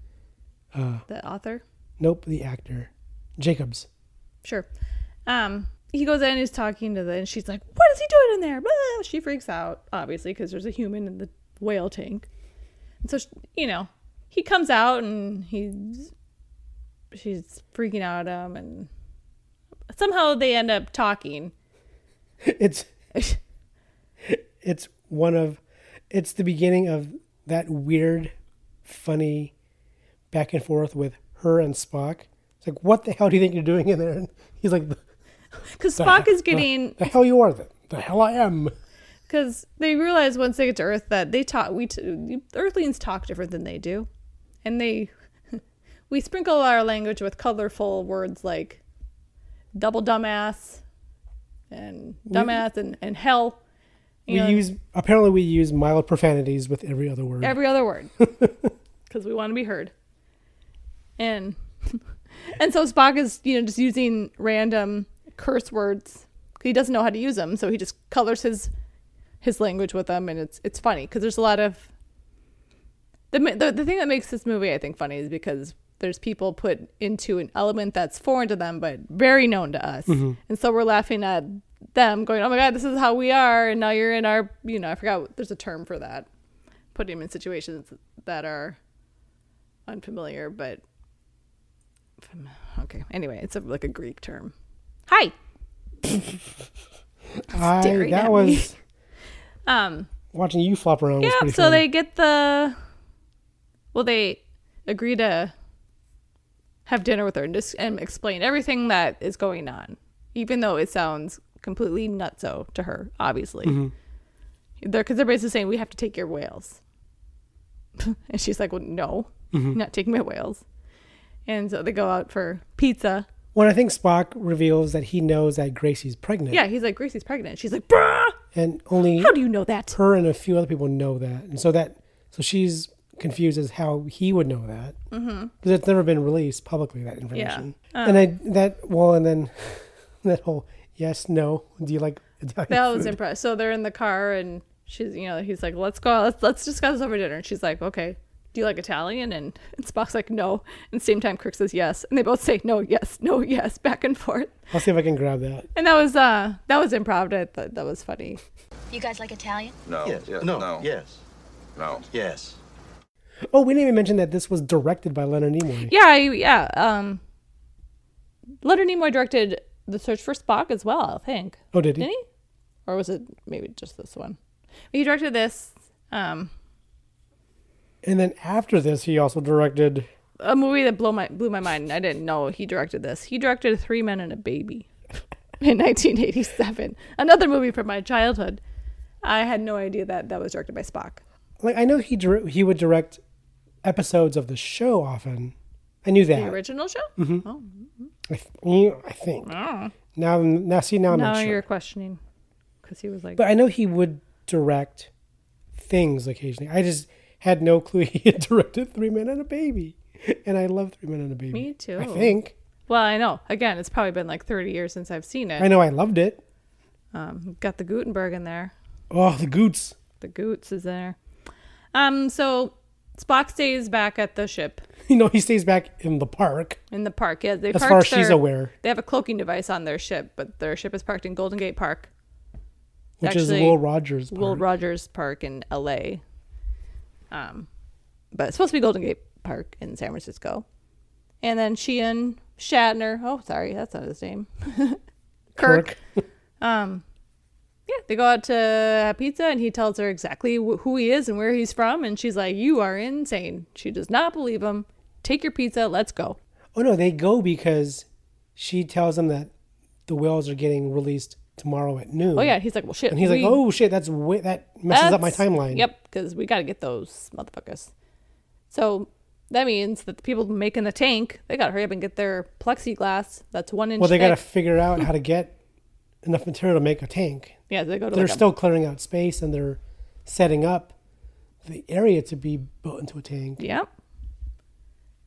[SPEAKER 2] The author?
[SPEAKER 1] Nope, the actor, Jacobs.
[SPEAKER 2] Sure. Um, he goes in and he's talking to the, and she's like, "What is he doing in there?" Blah. She freaks out, obviously, because there's a human in the whale tank. And so, she, you know, he comes out and he's she's freaking out at him, and somehow they end up talking.
[SPEAKER 1] It's it's one of it's the beginning of that weird, funny, back and forth with her and Spock. It's like, what the hell do you think you're doing in there? And he's like, the,
[SPEAKER 2] Because Spock is getting
[SPEAKER 1] the hell you are, the, the hell I am.
[SPEAKER 2] because they realize once they get to Earth that they talk. We t- the Earthlings talk different than they do, and they we sprinkle our language with colorful words like double dumbass and dumbass and and hell. You
[SPEAKER 1] We
[SPEAKER 2] know,
[SPEAKER 1] use apparently we use mild profanities with every other word.
[SPEAKER 2] every other word because we want to be heard. And and so Spock is you know just using random curse words. He doesn't know how to use them, so he just colors his his language with them, and it's it's funny because there's a lot of the, ma- the the thing that makes this movie I think funny is because there's people put into an element that's foreign to them but very known to us, and so we're laughing at them going, "Oh my god, this is how we are," and now you're in our you know I forgot what- there's a term for that, putting them in situations that are unfamiliar, but fam- okay. Anyway, it's a, like a Greek term. Hi.
[SPEAKER 1] I,
[SPEAKER 2] staring
[SPEAKER 1] that
[SPEAKER 2] at me.
[SPEAKER 1] was
[SPEAKER 2] Um.
[SPEAKER 1] watching you flop around. was
[SPEAKER 2] Yeah.
[SPEAKER 1] pretty
[SPEAKER 2] So
[SPEAKER 1] funny.
[SPEAKER 2] they get the. Well, they agree to have dinner with her and just and explain everything that is going on, even though it sounds completely nutso to her. Obviously,
[SPEAKER 1] Mm-hmm.
[SPEAKER 2] they're because they're basically saying we have to take your whales, and she's like, "Well, no,
[SPEAKER 1] Mm-hmm.
[SPEAKER 2] you're not taking my whales." And so they go out for pizza.
[SPEAKER 1] When I think Spock reveals that he knows that Gracie's pregnant,
[SPEAKER 2] Yeah, he's like, "Gracie's pregnant." She's like, "Bruh,
[SPEAKER 1] and only
[SPEAKER 2] how do you know that?"
[SPEAKER 1] her and a few other people know that, and so that so she's confused as how he would know that because
[SPEAKER 2] Mm-hmm.
[SPEAKER 1] it's never been released publicly that information. and I
[SPEAKER 2] Oh.
[SPEAKER 1] that well, and then that whole yes, no, do you like Italian
[SPEAKER 2] That
[SPEAKER 1] food?
[SPEAKER 2] was impressed. So they're in the car, and she's, you know, he's like, "Let's go. out. Let's let's discuss over dinner." And she's like, "Okay, do you like Italian?" And, and Spock's like, "No." And same time, Kirk says, "Yes," and they both say, "No, yes, no, yes," back and forth.
[SPEAKER 1] I'll see if I can grab that.
[SPEAKER 2] And that was uh that was improv. I thought that was funny.
[SPEAKER 3] You guys like Italian?
[SPEAKER 4] No.
[SPEAKER 5] Yes.
[SPEAKER 4] yeah,
[SPEAKER 5] no.
[SPEAKER 4] No.
[SPEAKER 5] Yes.
[SPEAKER 4] No.
[SPEAKER 5] Yes.
[SPEAKER 1] Oh, we didn't even mention that this was directed by Leonard Nimoy.
[SPEAKER 2] Yeah, I, yeah. Um, Leonard Nimoy directed the Search for Spock as well. I think.
[SPEAKER 1] Oh, did he?
[SPEAKER 2] Didn't he? Or was it maybe just this one? He directed this. Um,
[SPEAKER 1] And then after this, he also directed.
[SPEAKER 2] a movie that blew my blew my mind. I didn't know he directed this. He directed Three Men and a Baby in 1987. Another movie from my childhood. I had no idea that that was directed by Spock.
[SPEAKER 1] Like I know he dir- he would direct episodes of the show often. I knew
[SPEAKER 2] The
[SPEAKER 1] that.
[SPEAKER 2] original show?
[SPEAKER 1] mm-hmm.
[SPEAKER 2] Oh,
[SPEAKER 1] I, th- I think. Now, now, see, now I'm
[SPEAKER 2] now
[SPEAKER 1] not sure.
[SPEAKER 2] you're questioning because he was like,
[SPEAKER 1] But I know he would direct things occasionally. I just had no clue he had directed Three Men and a Baby. And I love Three Men and a Baby.
[SPEAKER 2] Me too.
[SPEAKER 1] I think.
[SPEAKER 2] "Well, I know. Again, it's probably been like 30 years since I've seen it."
[SPEAKER 1] I know I loved it.
[SPEAKER 2] Um, got the Gutenberg in there.
[SPEAKER 1] Oh, the goots.
[SPEAKER 2] The Goots is in there. Um, so Spock stays back at the ship
[SPEAKER 1] You know, he stays back in the park
[SPEAKER 2] in the park. Yeah, they
[SPEAKER 1] as
[SPEAKER 2] parked
[SPEAKER 1] far as she's
[SPEAKER 2] their-
[SPEAKER 1] aware,
[SPEAKER 2] They have a cloaking device on their ship, but their ship is parked in Golden Gate Park,
[SPEAKER 1] which is
[SPEAKER 2] actually
[SPEAKER 1] Will Rogers. Park.
[SPEAKER 2] Will Rogers Park in L.A. Um, but it's supposed to be Golden Gate Park in San Francisco. And then she and Shatner. Oh, sorry, that's not his name. Kirk. Um, yeah, they go out to have pizza, and he tells her exactly wh- who he is and where he's from, and she's like, "You are insane." She does not believe him. Take your pizza. Let's go.
[SPEAKER 1] Oh no, they go because she tells them that the whales are getting released tomorrow at noon.
[SPEAKER 2] Oh yeah, he's like, "Well, shit."
[SPEAKER 1] Hmm. and he's
[SPEAKER 2] we-
[SPEAKER 1] like, "Oh shit, that's way, that messes up my
[SPEAKER 2] That's-
[SPEAKER 1] timeline."
[SPEAKER 2] Yep, because we got to get those motherfuckers. So that means that the people making the tank, they got to hurry up and get their plexiglass. That's one inch.
[SPEAKER 1] Well, they got to
[SPEAKER 2] thick.
[SPEAKER 1] figure out how to get enough material to make a tank.
[SPEAKER 2] yeah, they go to.
[SPEAKER 1] They're
[SPEAKER 2] Like a-
[SPEAKER 1] still clearing out space and they're setting up the area to be built into a tank.
[SPEAKER 2] Yep.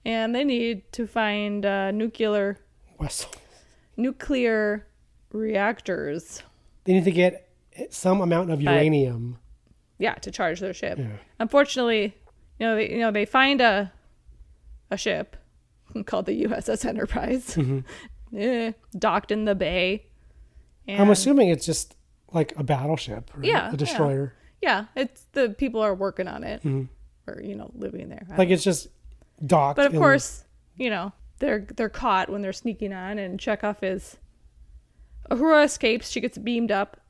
[SPEAKER 2] And they need to find uh, nuclear
[SPEAKER 1] West.
[SPEAKER 2] nuclear reactors.
[SPEAKER 1] They need to get some amount of uranium.
[SPEAKER 2] Yeah, to charge their ship.
[SPEAKER 1] Yeah.
[SPEAKER 2] Unfortunately, you know, they, you know, they find a a ship called the USS Enterprise,
[SPEAKER 1] Mm-hmm.
[SPEAKER 2] Eh, docked in the bay.
[SPEAKER 1] I'm
[SPEAKER 2] and-
[SPEAKER 1] assuming it's just like a battleship or
[SPEAKER 2] Yeah,
[SPEAKER 1] a
[SPEAKER 2] yeah.
[SPEAKER 1] destroyer.
[SPEAKER 2] Yeah, it's the people are working on it or you know living there. I
[SPEAKER 1] Mm-hmm. Like
[SPEAKER 2] don't-
[SPEAKER 1] it's just docked.
[SPEAKER 2] but of
[SPEAKER 1] in-
[SPEAKER 2] course, you know they're they're caught when they're sneaking on, and Chekhov is. Uhura escapes. She gets beamed up,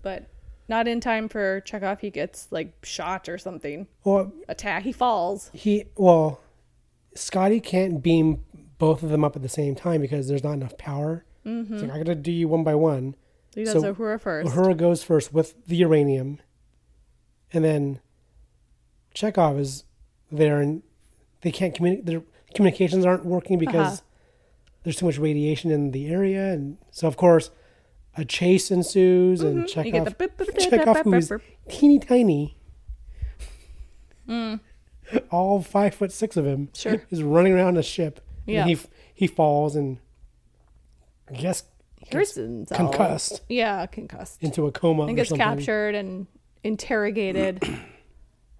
[SPEAKER 2] but not in time for Chekhov. He gets like shot or something.
[SPEAKER 1] Well,
[SPEAKER 2] Attack. He falls.
[SPEAKER 1] he well scotty can't beam both of them up at the same time because there's not enough power
[SPEAKER 2] Mm-hmm.
[SPEAKER 1] it's like i gotta do you one by one
[SPEAKER 2] He does
[SPEAKER 1] So,
[SPEAKER 2] Uhura first.
[SPEAKER 1] uhura goes first with the uranium and then chekhov is there and they can't communi- their communications aren't working
[SPEAKER 2] Uh-huh.
[SPEAKER 1] because there's too much radiation in the area and so of course a chase ensues and
[SPEAKER 2] Mm-hmm. You get the
[SPEAKER 1] chekhov
[SPEAKER 2] bip, bip, bip,
[SPEAKER 1] chekhov
[SPEAKER 2] bip,
[SPEAKER 1] who
[SPEAKER 2] bip,
[SPEAKER 1] is
[SPEAKER 2] bip.
[SPEAKER 1] teeny tiny all five foot six of him
[SPEAKER 2] Mm. Sure.
[SPEAKER 1] is running around the ship.
[SPEAKER 2] Yeah.
[SPEAKER 1] And he f- he falls and I guess gets
[SPEAKER 2] Kirsten's all-
[SPEAKER 1] concussed
[SPEAKER 2] Yeah, concussed.
[SPEAKER 1] into a coma
[SPEAKER 2] And
[SPEAKER 1] or
[SPEAKER 2] gets
[SPEAKER 1] something.
[SPEAKER 2] captured and interrogated.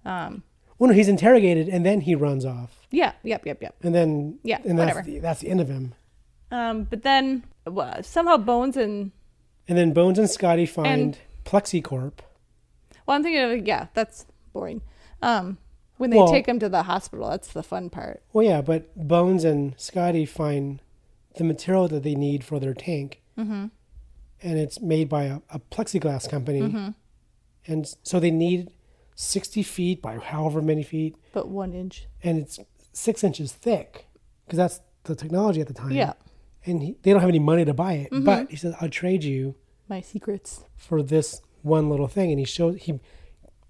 [SPEAKER 1] Well, no, he's interrogated and then he runs off.
[SPEAKER 2] yeah, yep, yep, yep.
[SPEAKER 1] And then
[SPEAKER 2] Yeah,
[SPEAKER 1] and that's
[SPEAKER 2] whatever.
[SPEAKER 1] the, that's the end of him.
[SPEAKER 2] Um, but then well, somehow Bones and
[SPEAKER 1] And then Bones and Scotty find Plexicorp.
[SPEAKER 2] Well, I'm thinking of yeah, that's boring. Um, when they
[SPEAKER 1] Well-
[SPEAKER 2] take him to the hospital, that's the fun part.
[SPEAKER 1] Well, yeah, but Bones and Scotty find the material that they need for their tank, mm-hmm. and it's made by a, a plexiglass company,
[SPEAKER 2] Mm-hmm.
[SPEAKER 1] and s- so they need sixty feet by however many feet,
[SPEAKER 2] But one inch,
[SPEAKER 1] and it's six inches thick because that's the technology at the time.
[SPEAKER 2] Yeah. Mm-hmm.
[SPEAKER 1] and he, they don't have any money to buy it, but he says, "I'll trade you
[SPEAKER 2] my secrets.
[SPEAKER 1] for this one little thing," and he shows he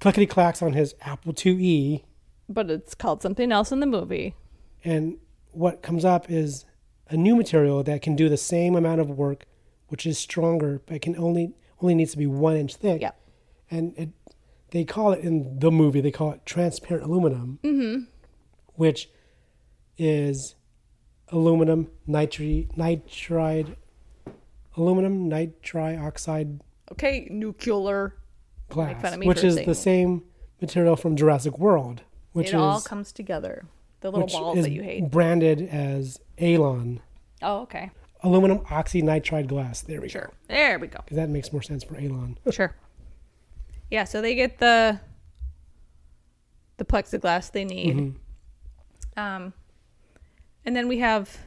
[SPEAKER 1] clickety clacks on his Apple IIe.
[SPEAKER 2] But it's called something else in the movie.
[SPEAKER 1] And what comes up is a new material that can do the same amount of work, which is stronger, but can only only needs to be one inch thick.
[SPEAKER 2] Yeah.
[SPEAKER 1] And it, they call it in the movie they call it transparent aluminum, mm-hmm. which is aluminum nitri nitride aluminum nitrioxide
[SPEAKER 2] Okay, nuclear.
[SPEAKER 1] glass,
[SPEAKER 2] fun of me
[SPEAKER 1] which
[SPEAKER 2] for
[SPEAKER 1] is
[SPEAKER 2] saying
[SPEAKER 1] the
[SPEAKER 2] it.
[SPEAKER 1] same material from Jurassic World, which
[SPEAKER 2] it all
[SPEAKER 1] is
[SPEAKER 2] comes together. The little
[SPEAKER 1] which
[SPEAKER 2] balls
[SPEAKER 1] is
[SPEAKER 2] that you hate.
[SPEAKER 1] branded as Alon.
[SPEAKER 2] Oh, okay.
[SPEAKER 1] aluminum oxynitride glass. There we
[SPEAKER 2] Sure.
[SPEAKER 1] go.
[SPEAKER 2] There we go.
[SPEAKER 1] 'Cause That makes more sense for Elon.
[SPEAKER 2] Sure. Yeah, so they get the the plexiglass they need. Um and then we have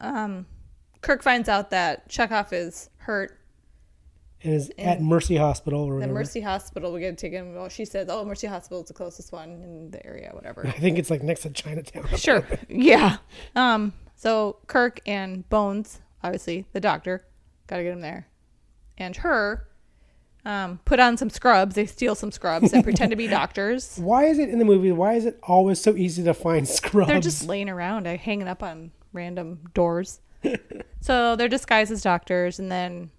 [SPEAKER 2] um Kirk finds out that Chekhov is hurt
[SPEAKER 1] And is at Mercy Hospital or
[SPEAKER 2] The
[SPEAKER 1] whatever.
[SPEAKER 2] Mercy Hospital will get taken. Well, she says, "Oh, Mercy Hospital is the closest one in the area, whatever."
[SPEAKER 1] I think it's like next to Chinatown.
[SPEAKER 2] sure. Yeah. Um. So Kirk and Bones, obviously the doctor, gotta get him there, and her, um, put on some scrubs. They steal some scrubs and pretend to be doctors.
[SPEAKER 1] Why is it in the movie? Why is it always so easy to find scrubs?
[SPEAKER 2] They're just laying around, uh, hanging up on random doors. so they're disguised as doctors, and then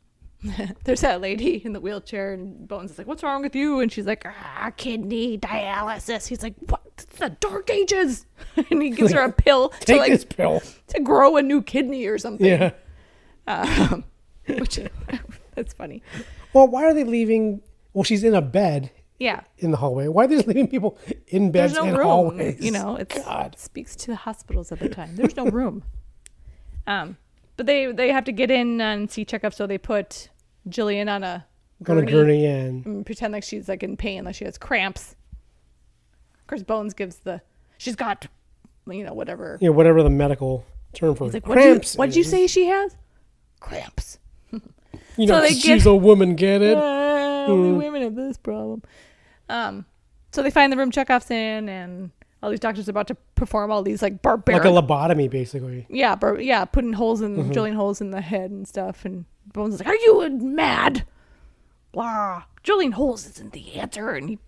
[SPEAKER 2] there's that lady in the wheelchair, and Bones is like, "What's wrong with you?" And she's like, "Ah, kidney dialysis." He's like, "What? It's the dark ages," and he gives her a pill to
[SPEAKER 1] take
[SPEAKER 2] like
[SPEAKER 1] this pill.
[SPEAKER 2] to grow a new kidney or something.
[SPEAKER 1] Yeah.
[SPEAKER 2] Um, which that's funny.
[SPEAKER 1] Well, why are they leaving? Well, she's in a bed
[SPEAKER 2] Yeah,
[SPEAKER 1] in the hallway. Why are they just leaving people in beds
[SPEAKER 2] there's no
[SPEAKER 1] in
[SPEAKER 2] room.
[SPEAKER 1] hallways?
[SPEAKER 2] You know, it's,
[SPEAKER 1] God.
[SPEAKER 2] it speaks to the hospitals at the time. There's no room. um, but they they have to get in and see checkup, so they put Jillian on a
[SPEAKER 1] on a
[SPEAKER 2] gurney
[SPEAKER 1] gurney in.
[SPEAKER 2] and pretend like she's like in pain, like she has cramps. Of course, Bones gives the she's got, you know, whatever.
[SPEAKER 1] You know, whatever the medical term for
[SPEAKER 2] He's like,
[SPEAKER 1] cramps.
[SPEAKER 2] What'd you, what'd you
[SPEAKER 1] is.
[SPEAKER 2] say she has? Cramps.
[SPEAKER 1] You know,
[SPEAKER 2] So they
[SPEAKER 1] she's
[SPEAKER 2] get-
[SPEAKER 1] a woman, get it?
[SPEAKER 2] Ah,
[SPEAKER 1] Hmm.
[SPEAKER 2] only women have this problem. Um, so they find the room checkoffs in, and all these doctors are about to perform all these like barbaric,
[SPEAKER 1] Like a Mm-hmm. lobotomy, basically.
[SPEAKER 2] yeah, bar- yeah, putting holes in, drilling holes in the head and stuff. And Bones is like, "Are you mad? Blah, drilling holes isn't the answer." And he,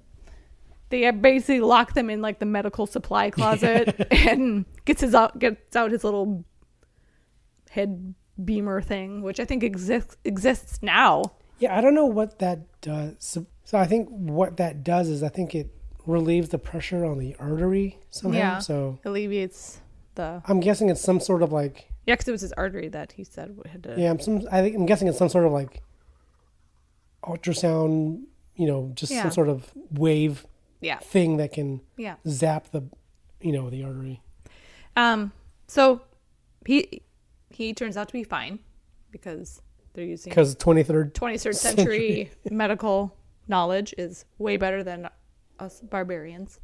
[SPEAKER 2] they basically lock them in like the medical supply closet, and gets his out, gets out his little head beamer thing, which I think exists exists now.
[SPEAKER 1] Yeah, I don't know what that does. So, so I think what that does is I think it relieves the pressure on the artery somehow.
[SPEAKER 2] Yeah.
[SPEAKER 1] So
[SPEAKER 2] alleviates the
[SPEAKER 1] I'm guessing it's some sort of like
[SPEAKER 2] yeah, because it was his artery that he said had to.
[SPEAKER 1] yeah, I'm some I think I'm guessing it's some sort of like ultrasound, you know, just
[SPEAKER 2] Yeah.
[SPEAKER 1] some sort of wave
[SPEAKER 2] yeah,
[SPEAKER 1] thing that can
[SPEAKER 2] yeah.
[SPEAKER 1] zap the you know, the artery.
[SPEAKER 2] Um, so he he turns out to be fine because they're using
[SPEAKER 1] Because twenty third
[SPEAKER 2] 23rd century medical knowledge is way better than us barbarians.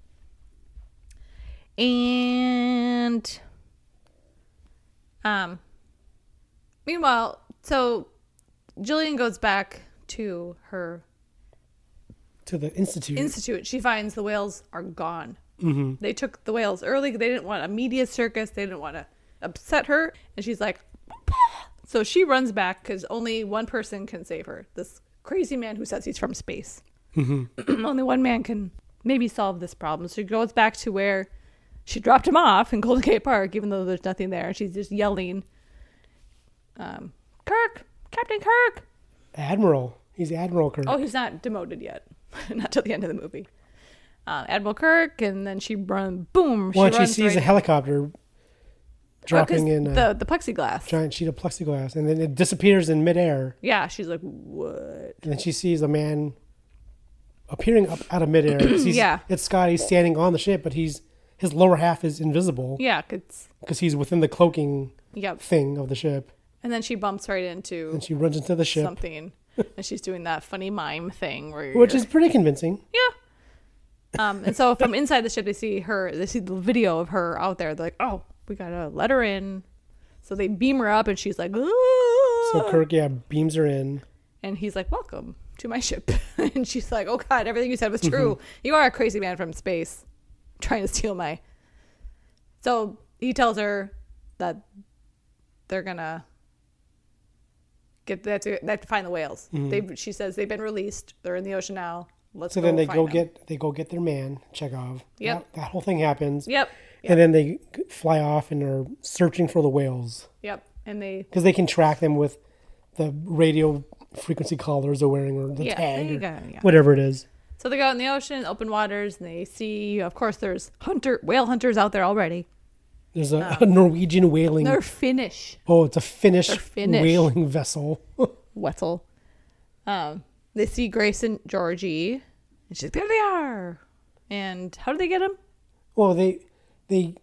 [SPEAKER 2] And um meanwhile, so Jillian goes back to her
[SPEAKER 1] to the institute.
[SPEAKER 2] institute, she finds the whales are gone. Mm-hmm. They took the whales early. They didn't want a media circus. They didn't want to upset her. And she's like, so she runs back because only one person can save her. This crazy man who says he's from space. Mm-hmm. only one man can maybe solve this problem. So she goes back to where she dropped him off in Golden Gate Park, even though there's nothing there. She's just yelling, um, Kirk, Captain Kirk.
[SPEAKER 1] Admiral. He's Admiral Kirk.
[SPEAKER 2] Oh, he's not demoted yet. not till the end of the movie. Uh, Admiral Kirk, and then she run. Boom!
[SPEAKER 1] Once
[SPEAKER 2] she
[SPEAKER 1] she
[SPEAKER 2] runs
[SPEAKER 1] sees a
[SPEAKER 2] right,
[SPEAKER 1] helicopter
[SPEAKER 2] Oh, 'cause
[SPEAKER 1] dropping in a
[SPEAKER 2] the the plexiglass.
[SPEAKER 1] giant sheet of plexiglass and then it disappears in midair.
[SPEAKER 2] yeah, she's like, what?
[SPEAKER 1] and then she sees a man appearing up out of midair. She's-
[SPEAKER 2] Yeah.
[SPEAKER 1] it's Scott. He's standing on the ship, but he's his lower half is invisible
[SPEAKER 2] Yeah, 'cause-
[SPEAKER 1] because he's within the cloaking
[SPEAKER 2] yep.
[SPEAKER 1] thing of the ship.
[SPEAKER 2] And then she bumps right into
[SPEAKER 1] And she runs into the ship,
[SPEAKER 2] something, and she's doing that funny mime thing where
[SPEAKER 1] which
[SPEAKER 2] you're-
[SPEAKER 1] is pretty convincing.
[SPEAKER 2] yeah. Um, and so from inside the ship, they see her. They see the video of her out there. They're like, oh, we gotta let her in. So they beam her up, and she's like, Ooh.
[SPEAKER 1] So Kirk, yeah, beams her in.
[SPEAKER 2] And he's like, Welcome to my ship. and she's like, Oh God, everything you said was true.
[SPEAKER 1] Mm-hmm.
[SPEAKER 2] You are a crazy man from space trying to steal my. So he tells her that they're going to get that to, they have to find the whales. They, she says they've been released. They're in the ocean now. Let's
[SPEAKER 1] Mm-hmm. So then they
[SPEAKER 2] find
[SPEAKER 1] go
[SPEAKER 2] them."
[SPEAKER 1] get they go get their man Chekhov.
[SPEAKER 2] Yep.
[SPEAKER 1] That, that whole thing happens.
[SPEAKER 2] Yep.
[SPEAKER 1] And then they fly off and are searching for the whales
[SPEAKER 2] Yep. And they.
[SPEAKER 1] because they can track them with the radio frequency collars they're wearing or the
[SPEAKER 2] Yeah,
[SPEAKER 1] tag
[SPEAKER 2] there you
[SPEAKER 1] or
[SPEAKER 2] go, yeah.
[SPEAKER 1] whatever it is.
[SPEAKER 2] So they go out in the ocean, open waters, and they see, of course, there's hunter whale hunters out there already.
[SPEAKER 1] There's a, a Norwegian whaling.
[SPEAKER 2] Oh. They're Finnish.
[SPEAKER 1] Oh, it's a Finnish,
[SPEAKER 2] They're Finnish.
[SPEAKER 1] whaling vessel.
[SPEAKER 2] Wetzel. Um, they see Grace and Georgie, and she's like, "There they are!" And how do they get them?
[SPEAKER 1] well, they they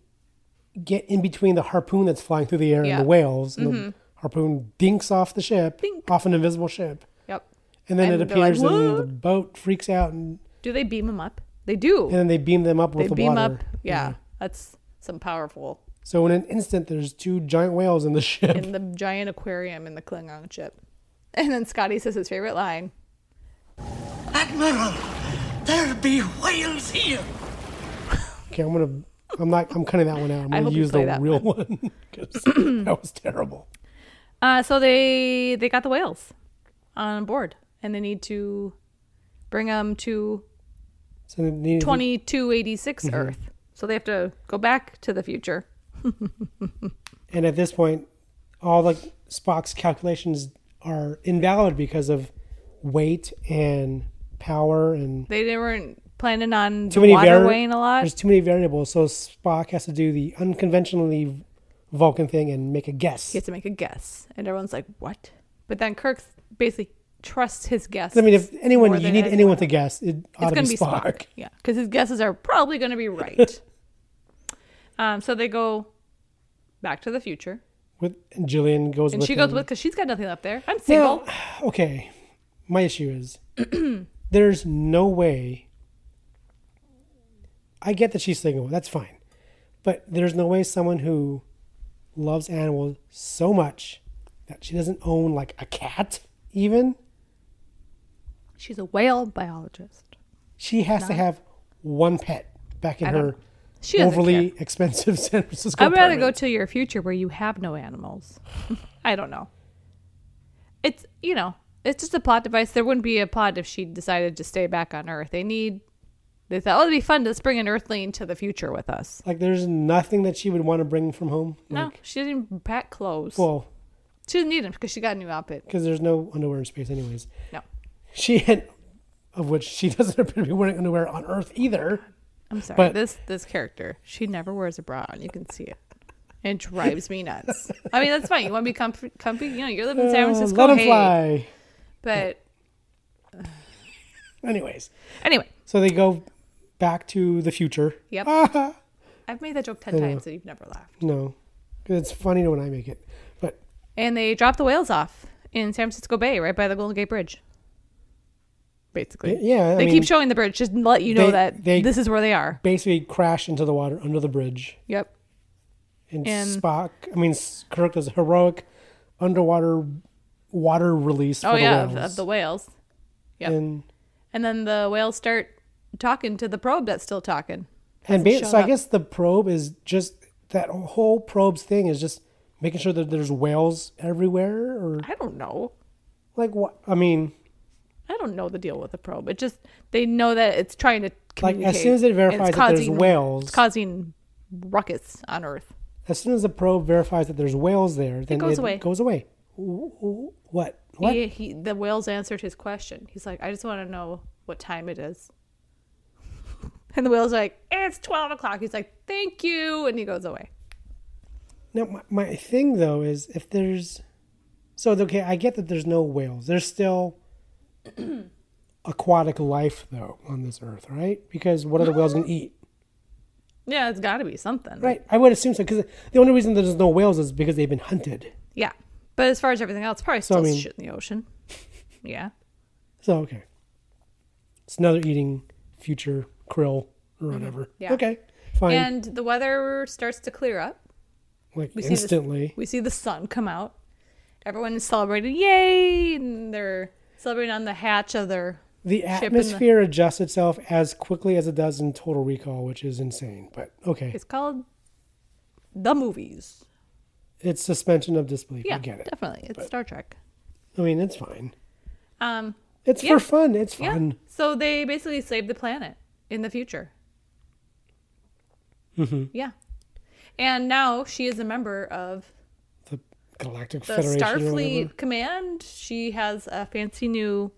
[SPEAKER 1] get in between the harpoon that's flying through the air
[SPEAKER 2] Yeah. Mm-hmm.
[SPEAKER 1] and the whales, and the harpoon dinks off the ship,
[SPEAKER 2] Dink.
[SPEAKER 1] off an invisible ship,
[SPEAKER 2] Yep.
[SPEAKER 1] and then
[SPEAKER 2] And
[SPEAKER 1] it
[SPEAKER 2] they're like,
[SPEAKER 1] appears, and the
[SPEAKER 2] "What?"
[SPEAKER 1] boat freaks out, and,
[SPEAKER 2] Do they beam them up? They do.
[SPEAKER 1] and then they beam them up with
[SPEAKER 2] they
[SPEAKER 1] the
[SPEAKER 2] beam
[SPEAKER 1] water.
[SPEAKER 2] up. Yeah, that's some powerful
[SPEAKER 1] So in an instant, there's two giant whales in the ship.
[SPEAKER 2] in the giant aquarium in the Klingon ship. And then Scotty says his favorite line.
[SPEAKER 3] Admiral, there be whales here.
[SPEAKER 1] Okay, I'm gonna. I'm not. I'm cutting that one out. I'm
[SPEAKER 2] I
[SPEAKER 1] gonna
[SPEAKER 2] hope you
[SPEAKER 1] use
[SPEAKER 2] play
[SPEAKER 1] the
[SPEAKER 2] that
[SPEAKER 1] real one 'cause that was terrible.
[SPEAKER 2] Uh, so they they got the whales on board, and they need to bring them to
[SPEAKER 1] So they need to-
[SPEAKER 2] 2286
[SPEAKER 1] Mm-hmm.
[SPEAKER 2] Earth. So they have to go back to the future.
[SPEAKER 1] And at this point, all the Spock's calculations are invalid because of weight and power and
[SPEAKER 2] They they weren't planning on
[SPEAKER 1] too
[SPEAKER 2] the
[SPEAKER 1] many
[SPEAKER 2] water
[SPEAKER 1] vari-
[SPEAKER 2] weighing a lot.
[SPEAKER 1] There's too many variables, so Spock has to do the unconventionally Vulcan thing and make a guess.
[SPEAKER 2] He has to make a guess, and everyone's like, "What?" But But then Kirk basically trusts his guess.
[SPEAKER 1] I mean, if anyone
[SPEAKER 2] More
[SPEAKER 1] you
[SPEAKER 2] than
[SPEAKER 1] need
[SPEAKER 2] anyone.
[SPEAKER 1] anyone to guess, it ought
[SPEAKER 2] it's
[SPEAKER 1] to
[SPEAKER 2] going
[SPEAKER 1] be
[SPEAKER 2] to be
[SPEAKER 1] Spock.
[SPEAKER 2] Spock. Yeah, because his guesses are probably going to be right. um, so they go back to the future,
[SPEAKER 1] With and Jillian goes
[SPEAKER 2] and
[SPEAKER 1] with
[SPEAKER 2] she goes
[SPEAKER 1] him.
[SPEAKER 2] with because she's got nothing left there. I'm single.
[SPEAKER 1] Now, okay, my issue is there's no way. I get that she's single. That's fine, but there's no way someone who loves animals so much that she doesn't own like a cat. Even
[SPEAKER 2] She's a whale biologist.
[SPEAKER 1] she has to have one pet back in
[SPEAKER 2] I don't-
[SPEAKER 1] her
[SPEAKER 2] She doesn't
[SPEAKER 1] overly expensive San Francisco.
[SPEAKER 2] I'd rather go
[SPEAKER 1] apartment.
[SPEAKER 2] to your future where you have no animals. I don't know. It's you know, it's just a plot device. There wouldn't be a plot if she decided to stay back on Earth. They need they thought, oh, it'd be fun to bring an Earthling to the future with us.
[SPEAKER 1] Like, there's nothing that she would want to bring from home.
[SPEAKER 2] No,
[SPEAKER 1] Like,
[SPEAKER 2] she didn't even pack clothes.
[SPEAKER 1] well,
[SPEAKER 2] she didn't need them because she got a new outfit.
[SPEAKER 1] because there's no underwear in space, anyways.
[SPEAKER 2] No,
[SPEAKER 1] She and of which she doesn't appear to be wearing underwear on Earth either.
[SPEAKER 2] I'm sorry.
[SPEAKER 1] But-
[SPEAKER 2] this this character, she never wears a bra, and you can see it. It drives me nuts. I mean, that's fine. You want to be comfy, comfy? You know, you're living in San
[SPEAKER 1] Uh,
[SPEAKER 2] Francisco.
[SPEAKER 1] let him
[SPEAKER 2] hey.
[SPEAKER 1] fly.
[SPEAKER 2] But
[SPEAKER 1] Anyways,
[SPEAKER 2] anyway,
[SPEAKER 1] so they go back to the future.
[SPEAKER 2] Yep. I've made that joke 10 times and you've never laughed.
[SPEAKER 1] No, 'Cause it's funny when I make it, but
[SPEAKER 2] And they drop the whales off in San Francisco Bay, right by the Golden Gate Bridge. Basically.
[SPEAKER 1] Y- yeah, I
[SPEAKER 2] They
[SPEAKER 1] mean-
[SPEAKER 2] keep showing the bridge just to let you know
[SPEAKER 1] They-
[SPEAKER 2] that
[SPEAKER 1] they-
[SPEAKER 2] this is where they are.
[SPEAKER 1] basically crash into the water under the bridge,
[SPEAKER 2] Yep.
[SPEAKER 1] and,
[SPEAKER 2] And-
[SPEAKER 1] Spock. I mean, S- Kirk does a heroic underwater water release. For
[SPEAKER 2] Oh,
[SPEAKER 1] the
[SPEAKER 2] yeah, of,
[SPEAKER 1] whales.
[SPEAKER 2] of the whales. Yep. And,
[SPEAKER 1] and
[SPEAKER 2] then the whales start talking to the probe that's still talking.
[SPEAKER 1] and ba-
[SPEAKER 2] showed
[SPEAKER 1] so I
[SPEAKER 2] up.
[SPEAKER 1] guess the probe is just that whole probes thing is just making sure that there's whales everywhere, or
[SPEAKER 2] I don't know.
[SPEAKER 1] like what? I mean.
[SPEAKER 2] I don't know the deal with the probe. It just, they know that it's trying to
[SPEAKER 1] Like,
[SPEAKER 2] communicate.
[SPEAKER 1] as soon as it
[SPEAKER 2] and it's
[SPEAKER 1] verifies that there's whales-
[SPEAKER 2] It's causing ruckus on Earth.
[SPEAKER 1] As soon as the probe verifies that there's whales there, then it
[SPEAKER 2] goes away.
[SPEAKER 1] Goes away. Wh- wh- What? What?
[SPEAKER 2] He, he, the whales answered his question. He's like, I just want to know what time it is. And the whale's like, it's 12 o'clock. He's like, thank you. And he goes away.
[SPEAKER 1] Now, my, my thing though is if there's, so okay, I get that there's no whales. There's still aquatic life though on this Earth, right? Because what are the whales gonna eat?
[SPEAKER 2] Yeah, it's got to be something.
[SPEAKER 1] Right. I would assume so. Because the only reason there's no whales is because they've been hunted.
[SPEAKER 2] Yeah. But as far as everything else, probably
[SPEAKER 1] I
[SPEAKER 2] still
[SPEAKER 1] mean-
[SPEAKER 2] shit in the ocean. Yeah.
[SPEAKER 1] So okay, it's another eating future krill or whatever.
[SPEAKER 2] Mm-hmm. Yeah.
[SPEAKER 1] Okay. Fine.
[SPEAKER 2] And the weather starts to clear up.
[SPEAKER 1] like
[SPEAKER 2] see this-
[SPEAKER 1] instantly.
[SPEAKER 2] We see the sun come out. Everyone is celebrating. Yay! And they're celebrating on the hatch of their.
[SPEAKER 1] The
[SPEAKER 2] Ship in the-
[SPEAKER 1] atmosphere adjusts itself as quickly as it does in Total Recall, which is insane. But okay,
[SPEAKER 2] It's called the movies.
[SPEAKER 1] it's suspension of disbelief.
[SPEAKER 2] Yeah,
[SPEAKER 1] I get it.
[SPEAKER 2] definitely. It's Star Trek.
[SPEAKER 1] I mean, it's fine.
[SPEAKER 2] Um,
[SPEAKER 1] It's
[SPEAKER 2] Yeah.
[SPEAKER 1] for fun. It's
[SPEAKER 2] Yeah.
[SPEAKER 1] fun.
[SPEAKER 2] So they basically saved the planet in the future. Mm-hmm. Yeah. And now she is a member of
[SPEAKER 1] The Galactic
[SPEAKER 2] the
[SPEAKER 1] Federation. or whatever.
[SPEAKER 2] Starfleet Command. She has a fancy new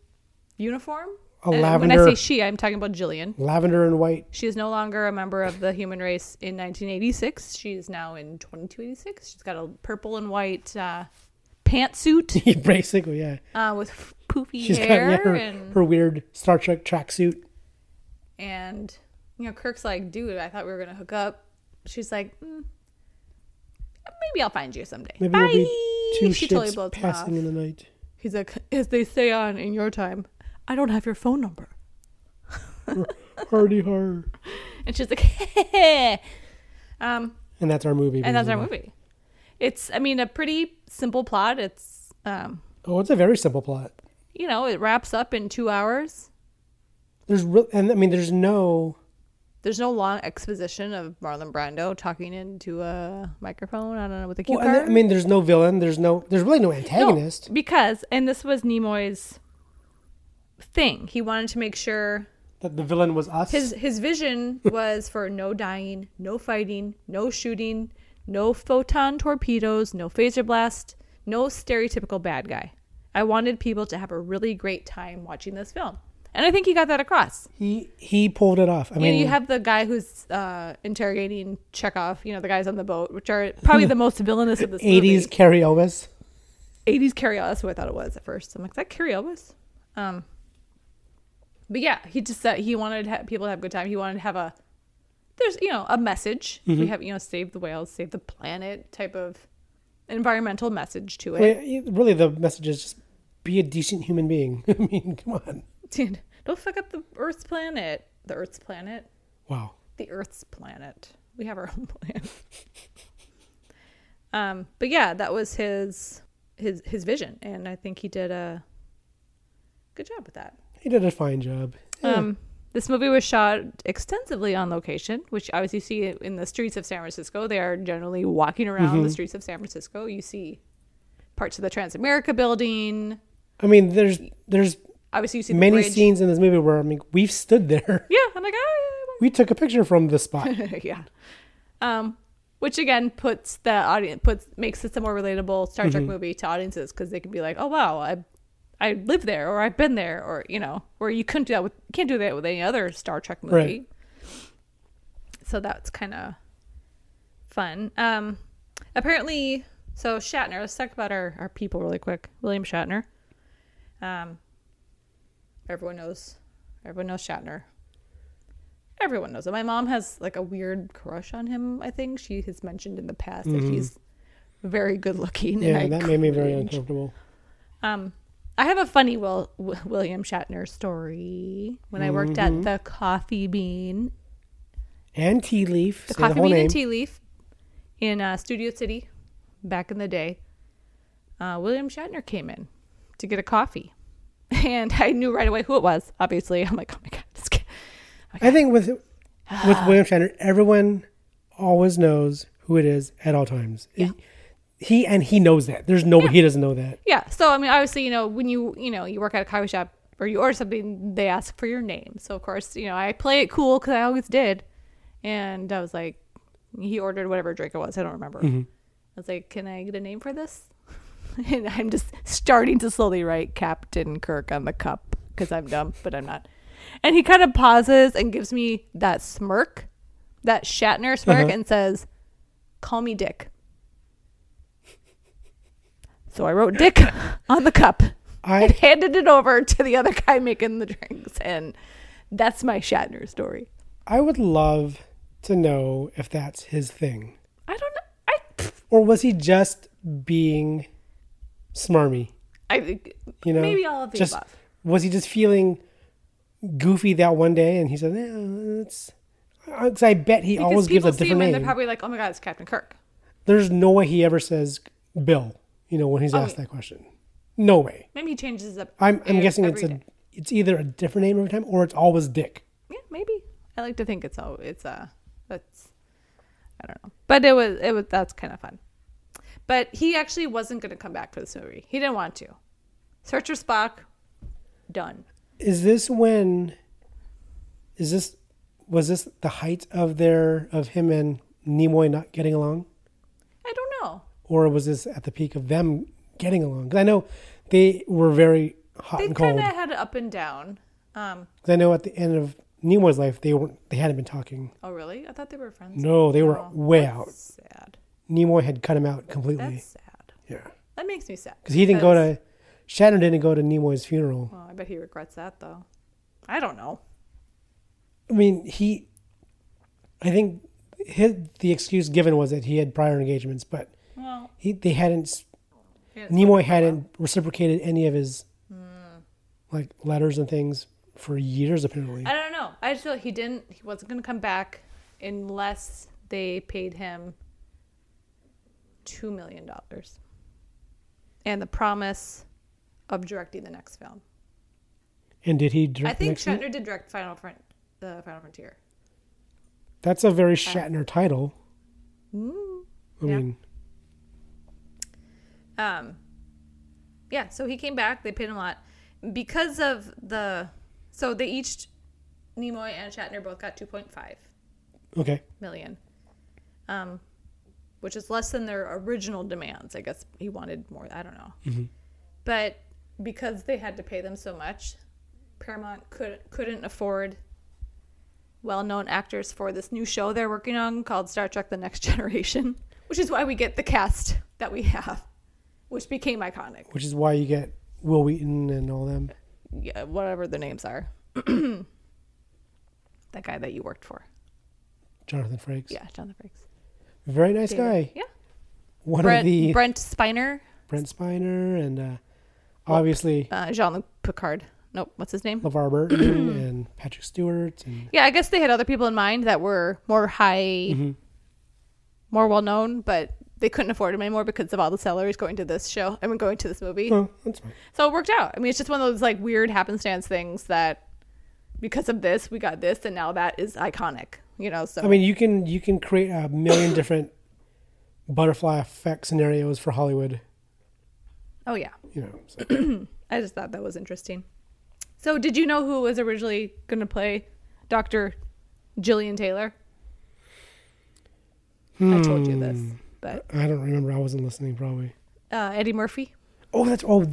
[SPEAKER 2] uniform.
[SPEAKER 1] A
[SPEAKER 2] And
[SPEAKER 1] lavender-
[SPEAKER 2] When I say she, I'm talking about Jillian.
[SPEAKER 1] Lavender and white.
[SPEAKER 2] She is no longer a member of the human race in 1986. She is now in 2286. She's got a purple and white uh, pantsuit
[SPEAKER 1] Basically, yeah.
[SPEAKER 2] uh, with poofy
[SPEAKER 1] She's got
[SPEAKER 2] hair
[SPEAKER 1] yeah, her,
[SPEAKER 2] and
[SPEAKER 1] her weird Star Trek tracksuit.
[SPEAKER 2] And you know, Kirk's like, "Dude, I thought we were gonna hook up." She's like, mm, "Maybe I'll find you someday."
[SPEAKER 1] Maybe
[SPEAKER 2] Bye.
[SPEAKER 1] there'll be two
[SPEAKER 2] she
[SPEAKER 1] ships
[SPEAKER 2] totally blows him off.
[SPEAKER 1] passing in the night.
[SPEAKER 2] He's like, "As they say on in your time, I don't have your phone number."
[SPEAKER 1] Hardy har.
[SPEAKER 2] And she's like, um,
[SPEAKER 1] And that's our movie.
[SPEAKER 2] and that's our
[SPEAKER 1] basically.
[SPEAKER 2] movie. It's, I mean, a pretty simple plot. It's, um,
[SPEAKER 1] Oh, it's a very simple plot.
[SPEAKER 2] you know, it wraps up in two hours.
[SPEAKER 1] There's real, and I mean, there's no.
[SPEAKER 2] There's no long exposition of Marlon Brando talking into a microphone. I don't know with a cue
[SPEAKER 1] Well, and
[SPEAKER 2] card.
[SPEAKER 1] I mean, there's no villain. There's no. There's really no
[SPEAKER 2] No,
[SPEAKER 1] antagonist.
[SPEAKER 2] because, and this was Nimoy's thing. He wanted to make sure
[SPEAKER 1] That the villain was us.
[SPEAKER 2] his his vision was for no dying, no fighting, no shooting, no photon torpedoes, no phaser blast, no stereotypical bad guy. I wanted people to have a really great time watching this film. And I think he got that across.
[SPEAKER 1] He he pulled it off. I
[SPEAKER 2] You,
[SPEAKER 1] mean,
[SPEAKER 2] know, you have the guy who's uh, interrogating Chekhov, you know, the guys on the boat, which are probably the most villainous of this movie.
[SPEAKER 1] eighties Carrie Elvis.
[SPEAKER 2] 80s carryall. That's what I thought it was at first. I'm like, is that carryall was? Um, but yeah, he just said he wanted to have people to have a good time. He wanted to have a there's you know a message. We have you know save the whales, save the planet type of environmental message to it.
[SPEAKER 1] Well, yeah, really, the message is just be a decent human being. I mean, come on.
[SPEAKER 2] Dude, don't fuck up the Earth's planet. The Earth's planet.
[SPEAKER 1] Wow.
[SPEAKER 2] the Earth's planet. We have our own planet. um, but yeah, that was his his his vision, and I think he did a good job with that.
[SPEAKER 1] He did a fine job. Yeah.
[SPEAKER 2] Um, this movie was shot extensively on location, which obviously you see in the streets of San Francisco. They are generally walking around
[SPEAKER 1] Mm-hmm.
[SPEAKER 2] the streets of San Francisco. You see parts of the Transamerica building.
[SPEAKER 1] I mean, there's there's
[SPEAKER 2] Obviously, you see the
[SPEAKER 1] many
[SPEAKER 2] bridge.
[SPEAKER 1] scenes in this movie where I mean, we've stood there.
[SPEAKER 2] Yeah, I'm like, oh,
[SPEAKER 1] We took a picture from the spot.
[SPEAKER 2] yeah. Um, which again puts the audience puts makes it a more relatable Star Trek movie to audiences because they can be like, oh wow, I I live there or I've been there or you know, where you couldn't do that with can't do that with any other Star Trek movie.
[SPEAKER 1] Right.
[SPEAKER 2] So that's kind of fun. Um, apparently, so Shatner. Let's talk about our our people really quick. William Shatner. Um, everyone knows, everyone knows Shatner everyone knows it. My mom has like a weird crush on him. I think she has mentioned in the past that he's very good looking. and
[SPEAKER 1] Mm-hmm. yeah,
[SPEAKER 2] I
[SPEAKER 1] that made me very
[SPEAKER 2] cringe.
[SPEAKER 1] uncomfortable.
[SPEAKER 2] Um, I have a funny Will, Wi- William Shatner story. When I worked
[SPEAKER 1] Mm-hmm.
[SPEAKER 2] at the Coffee Bean,
[SPEAKER 1] And tea leaf.
[SPEAKER 2] the
[SPEAKER 1] say
[SPEAKER 2] Coffee
[SPEAKER 1] whole
[SPEAKER 2] Bean
[SPEAKER 1] name.
[SPEAKER 2] and Tea Leaf in uh, Studio City, back in the day, uh, William Shatner came in to get a coffee, and I knew right away who it was. Obviously, I'm like, oh my god, this kid.
[SPEAKER 1] I think with with William Shatner, everyone always knows who it is at all times. He, he- and he knows that. There's no way he doesn't know that.
[SPEAKER 2] Yeah. So I mean, obviously, you know, when you you know you work at a coffee shop or you order something, they ask for your name. So of course, you know, I play it cool because I always did, and I was like, he ordered whatever drink it was. I don't remember. I was like, can I get a name for this? and I'm just starting to slowly write Captain Kirk on the cup because I'm dumb, but I'm not. And he kind of pauses and gives me that smirk, that Shatner smirk, and says, "Call me Dick." So I wrote Dick on the cup and
[SPEAKER 1] I
[SPEAKER 2] handed it over to the other guy making the drinks. And that's my Shatner story.
[SPEAKER 1] I would love to know if that's his thing.
[SPEAKER 2] I don't know. I,
[SPEAKER 1] Or was he just being smarmy?
[SPEAKER 2] I think-
[SPEAKER 1] You know?
[SPEAKER 2] Maybe all of the
[SPEAKER 1] just,
[SPEAKER 2] above.
[SPEAKER 1] Was he just feeling goofy that one day and he said, eh, it's. Because I bet he
[SPEAKER 2] because
[SPEAKER 1] always gives
[SPEAKER 2] people
[SPEAKER 1] a
[SPEAKER 2] see him
[SPEAKER 1] different
[SPEAKER 2] and
[SPEAKER 1] name.
[SPEAKER 2] they're probably like, oh my God, it's Captain Kirk.
[SPEAKER 1] There's no way he ever says Bill, you know, when he's asked
[SPEAKER 2] Oh, yeah.
[SPEAKER 1] that question. No way.
[SPEAKER 2] Maybe he changes up.
[SPEAKER 1] I'm, I'm
[SPEAKER 2] ev-
[SPEAKER 1] guessing it's
[SPEAKER 2] every
[SPEAKER 1] a
[SPEAKER 2] day.
[SPEAKER 1] it's either a different name every time or it's always Dick.
[SPEAKER 2] Yeah, maybe. I like to think it's all, it's uh, that's, I don't know. But it was, it was, that's kind of fun. But he actually wasn't going to come back for this movie. He didn't want to. Searcher Spock, done.
[SPEAKER 1] Is this when? Is this was this the height of their of him and Nimoy not getting along,
[SPEAKER 2] I don't know.
[SPEAKER 1] or was this at the peak of them getting along? 'Cause I know they were very hot
[SPEAKER 2] They
[SPEAKER 1] and cold.
[SPEAKER 2] kind of had it up and down. Um,
[SPEAKER 1] 'Cause I know at the end of Nimoy's life they weren't they hadn't been talking.
[SPEAKER 2] oh really? I thought they were friends.
[SPEAKER 1] No, they were
[SPEAKER 2] Oh,
[SPEAKER 1] way
[SPEAKER 2] that's
[SPEAKER 1] out.
[SPEAKER 2] Sad.
[SPEAKER 1] Nimoy had cut him out completely.
[SPEAKER 2] That's sad.
[SPEAKER 1] yeah,
[SPEAKER 2] That makes me sad.
[SPEAKER 1] because he didn't go to Shannon didn't go to Nimoy's funeral.
[SPEAKER 2] Well, I bet he regrets that though. I don't know.
[SPEAKER 1] I mean, he. I think his, the excuse given was that he had prior engagements, but
[SPEAKER 2] Well,
[SPEAKER 1] he they hadn't.
[SPEAKER 2] yeah,
[SPEAKER 1] Nimoy hadn't reciprocated any of his like letters and things for years, apparently.
[SPEAKER 2] I don't know. I just feel like he didn't. He wasn't going to come back unless they paid him two million dollars and the promise of directing the next film.
[SPEAKER 1] And did he? Direct
[SPEAKER 2] I think
[SPEAKER 1] the next one?
[SPEAKER 2] Shatner did direct Final Front, the Final Frontier.
[SPEAKER 1] that's a very Shatner title. I
[SPEAKER 2] yeah.
[SPEAKER 1] mean,
[SPEAKER 2] Um, yeah, so he came back. They paid him a lot because of the. So they each, Nimoy and Shatner both got two point five
[SPEAKER 1] okay,
[SPEAKER 2] million, um, which is less than their original demands. I guess he wanted more. I don't know,
[SPEAKER 1] Mm-hmm.
[SPEAKER 2] but because they had to pay them so much, Paramount could couldn't afford well-known actors for this new show they're working on called Star Trek: The Next Generation, which is why we get the cast that we have. which became iconic.
[SPEAKER 1] which is why you get Will Wheaton and all them.
[SPEAKER 2] Yeah, whatever the names are. that guy that you worked for.
[SPEAKER 1] Jonathan Frakes.
[SPEAKER 2] Yeah, John the Briggs.
[SPEAKER 1] Very nice guy.
[SPEAKER 2] Yeah.
[SPEAKER 1] One of
[SPEAKER 2] Brent,
[SPEAKER 1] the Brent,
[SPEAKER 2] Brent Spiner,
[SPEAKER 1] Spiner and uh, obviously
[SPEAKER 2] uh, Jean Luc Picard. Nope, what's his name?
[SPEAKER 1] LeVar Burton and Patrick Stewart and
[SPEAKER 2] Yeah, I guess they had other people in mind that were more high,
[SPEAKER 1] Mm-hmm.
[SPEAKER 2] more well known, but they couldn't afford them anymore because of all the salaries going to this show. I mean, going to this movie.
[SPEAKER 1] oh, that's fine.
[SPEAKER 2] So it worked out. I mean, it's just one of those like weird happenstance things that because of this, we got this, and now that is iconic, you know? So,
[SPEAKER 1] I mean, you can you can create a million different butterfly effect scenarios for Hollywood.
[SPEAKER 2] oh, yeah.
[SPEAKER 1] You know, so.
[SPEAKER 2] I just thought that was interesting. So, did you know who was originally going to play Dr. Jillian Taylor? I told you
[SPEAKER 1] Hmm.
[SPEAKER 2] this, but
[SPEAKER 1] I don't remember. I wasn't listening probably.
[SPEAKER 2] uh, Eddie Murphy.
[SPEAKER 1] Oh, that's oh.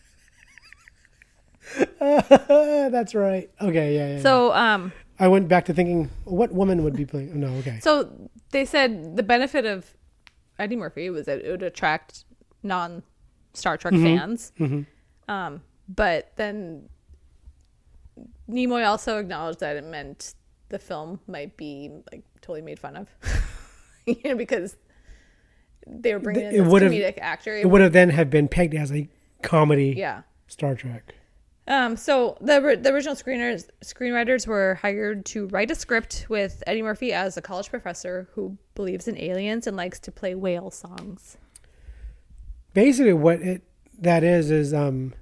[SPEAKER 1] that's right. Okay, yeah, yeah. yeah.
[SPEAKER 2] So, um,
[SPEAKER 1] I went back to thinking what woman would be playing. Oh, no, okay.
[SPEAKER 2] so they said the benefit of Eddie Murphy was that it would attract non Star Trek
[SPEAKER 1] Mm-hmm.
[SPEAKER 2] fans. Um, but then Nimoy also acknowledged that it meant the film might be like totally made fun of, you know, because they were bringing
[SPEAKER 1] Th-
[SPEAKER 2] in
[SPEAKER 1] it
[SPEAKER 2] this
[SPEAKER 1] would've-
[SPEAKER 2] comedic actor.
[SPEAKER 1] it would have then have been pegged as a comedy
[SPEAKER 2] yeah.
[SPEAKER 1] Star Trek.
[SPEAKER 2] Um, so the ri- the original screeners screenwriters were hired to write a script with Eddie Murphy as a college professor who believes in aliens and likes to play whale songs.
[SPEAKER 1] Basically, what it that is is um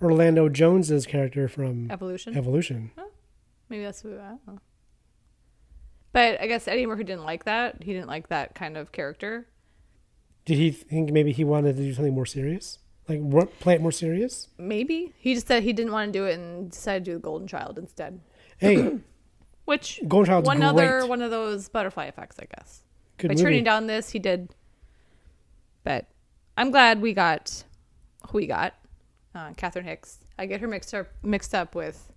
[SPEAKER 1] Orlando Jones's character from
[SPEAKER 2] Evolution.
[SPEAKER 1] Evolution.
[SPEAKER 2] Maybe that's what I don't know. Oh. But I guess Eddie Murphy didn't like that. He didn't like that kind of character.
[SPEAKER 1] Did he think maybe he wanted to do something more serious, like ro- play it more serious?
[SPEAKER 2] Maybe he just said he didn't want to do it and decided to do the Golden Child instead.
[SPEAKER 1] Hey,
[SPEAKER 2] Which
[SPEAKER 1] Golden Child's
[SPEAKER 2] one
[SPEAKER 1] great.
[SPEAKER 2] other one of those butterfly effects, I guess.
[SPEAKER 1] good
[SPEAKER 2] By
[SPEAKER 1] movie.
[SPEAKER 2] turning down this, he did. But I'm glad we got who we got. Uh, Catherine Hicks. I get her mixed up mixed up with.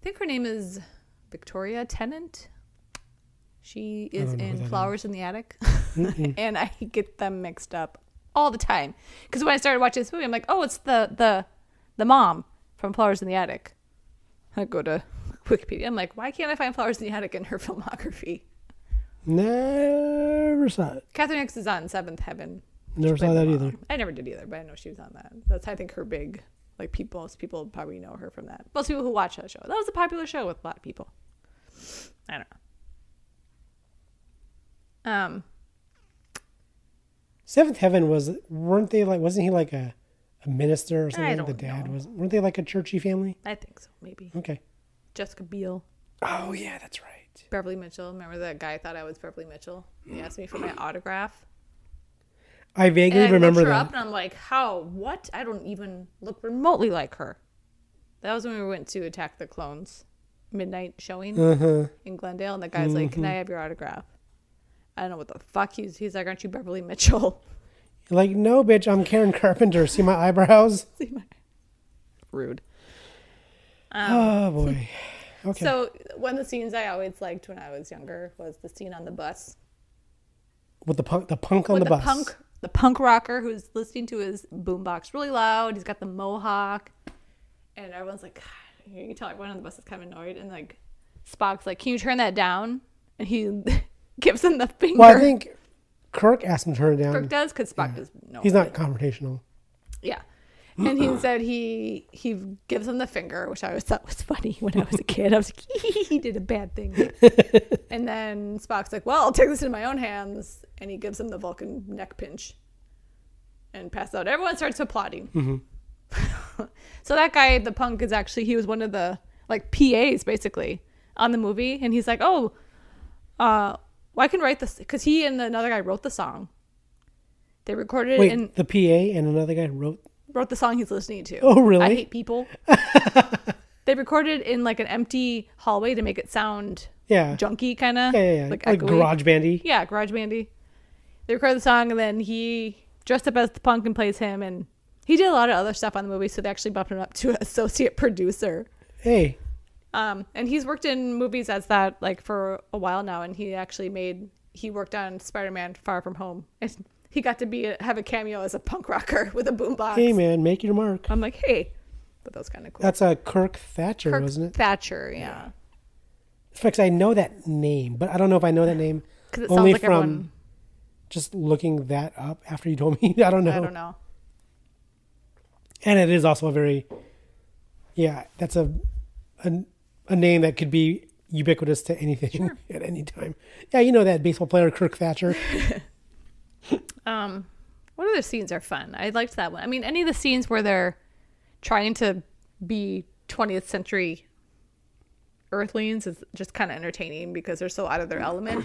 [SPEAKER 2] I think her name is Victoria Tennant. She
[SPEAKER 1] don't
[SPEAKER 2] is
[SPEAKER 1] know who that
[SPEAKER 2] in
[SPEAKER 1] is.
[SPEAKER 2] Flowers in the Attic, and I get them mixed up all the time. Because when I started watching this movie, I'm like, oh, it's the the the mom from Flowers in the Attic. I go to Wikipedia. I'm like, why can't I find Flowers in the Attic in her filmography?
[SPEAKER 1] Never saw it.
[SPEAKER 2] Catherine Hicks is on Seventh Heaven.
[SPEAKER 1] Never
[SPEAKER 2] She
[SPEAKER 1] saw
[SPEAKER 2] played
[SPEAKER 1] that
[SPEAKER 2] the
[SPEAKER 1] either.
[SPEAKER 2] mom. I never did either, but I know she was on that. That's I think her big like people. Most people probably know her from that. Most people who watch that show. That was a popular show with a lot of people. I don't know. Um,
[SPEAKER 1] Seventh Heaven was weren't they like wasn't he like a, a minister or something? the
[SPEAKER 2] don't
[SPEAKER 1] dad
[SPEAKER 2] know.
[SPEAKER 1] was weren't they like a churchy family?
[SPEAKER 2] I think so. Maybe
[SPEAKER 1] Okay.
[SPEAKER 2] Jessica Biel,
[SPEAKER 1] Oh yeah, that's right.
[SPEAKER 2] Beverly Mitchell. Remember that guy thought I was Beverly Mitchell? He asked me for my autograph.
[SPEAKER 1] I vaguely
[SPEAKER 2] And I
[SPEAKER 1] remember
[SPEAKER 2] looked her
[SPEAKER 1] that.
[SPEAKER 2] up, and I'm like, how? What? I don't even look remotely like her. That was when we went to Attack the Clones midnight showing
[SPEAKER 1] Uh-huh.
[SPEAKER 2] in Glendale, and the guy's like,
[SPEAKER 1] Mm-hmm.
[SPEAKER 2] "Can I have your autograph?" I don't know what the fuck he's. He's like, "Aren't you Beverly Mitchell?"
[SPEAKER 1] Like, no, bitch, I'm Karen Carpenter. See my eyebrows?
[SPEAKER 2] See my- Rude.
[SPEAKER 1] oh boy. Okay.
[SPEAKER 2] So one of the scenes I always liked when I was younger was the scene on the bus
[SPEAKER 1] with the punk, the punk on
[SPEAKER 2] with
[SPEAKER 1] the bus.
[SPEAKER 2] punk, the punk rocker who's listening to his boombox really loud. He's got the mohawk, and everyone's like, God, you can tell everyone on the bus is kind of annoyed. And like, Spock's like, "Can you turn that down?" And he gives him the finger.
[SPEAKER 1] Well, I think Kirk asked him to turn it down.
[SPEAKER 2] Kirk does because Spock does no.
[SPEAKER 1] He's not confrontational.
[SPEAKER 2] Yeah. And he said he he gives him the finger, which I always thought was funny when I was a kid. I was like, he did a bad thing. and then Spock's like, well, I'll take this in my own hands, and he gives him the Vulcan neck pinch, and pass out. Everyone starts applauding. so that guy, the punk, is actually he was one of the like PAs basically on the movie, and he's like, oh, uh, well, I can write this because he and another guy wrote the song. They recorded
[SPEAKER 1] Wait,
[SPEAKER 2] it in
[SPEAKER 1] the PA and another guy wrote.
[SPEAKER 2] wrote the song he's listening to.
[SPEAKER 1] Oh, really?
[SPEAKER 2] I hate people. they recorded in like an empty hallway to make it sound
[SPEAKER 1] Yeah.
[SPEAKER 2] junky, kind of
[SPEAKER 1] yeah, yeah, yeah.
[SPEAKER 2] like,
[SPEAKER 1] Like,
[SPEAKER 2] echoey.
[SPEAKER 1] garage bandy.
[SPEAKER 2] Yeah, garage bandy. They recorded the song, and then he dressed up as the punk and plays him. And he did a lot of other stuff on the movie, so they actually bumped him up to associate producer.
[SPEAKER 1] Hey,
[SPEAKER 2] Um, and he's worked in movies as that like for a while now, and he actually made he worked on Spider Man Far From Home. And he got to be have a cameo as a punk rocker with a boombox.
[SPEAKER 1] Hey man, make your mark.
[SPEAKER 2] I'm like, hey, but that was kind of cool.
[SPEAKER 1] That's a Kirk Thatcher,
[SPEAKER 2] Kirk
[SPEAKER 1] wasn't it?
[SPEAKER 2] Thatcher, yeah.
[SPEAKER 1] In fact, I know that name, but I don't know if I know that name
[SPEAKER 2] 'Cause it sounds
[SPEAKER 1] only
[SPEAKER 2] like
[SPEAKER 1] from
[SPEAKER 2] everyone-
[SPEAKER 1] just looking that up after you told me. I don't know.
[SPEAKER 2] I don't know.
[SPEAKER 1] And it is also a very, yeah, that's a, a, a name that could be ubiquitous to anything at any time. Yeah, you know that baseball player Kirk Thatcher.
[SPEAKER 2] Um, what other scenes are fun? I liked that one. I mean, any of the scenes where they're trying to be 20th century Earthlings is just kind of entertaining because they're so out of their element.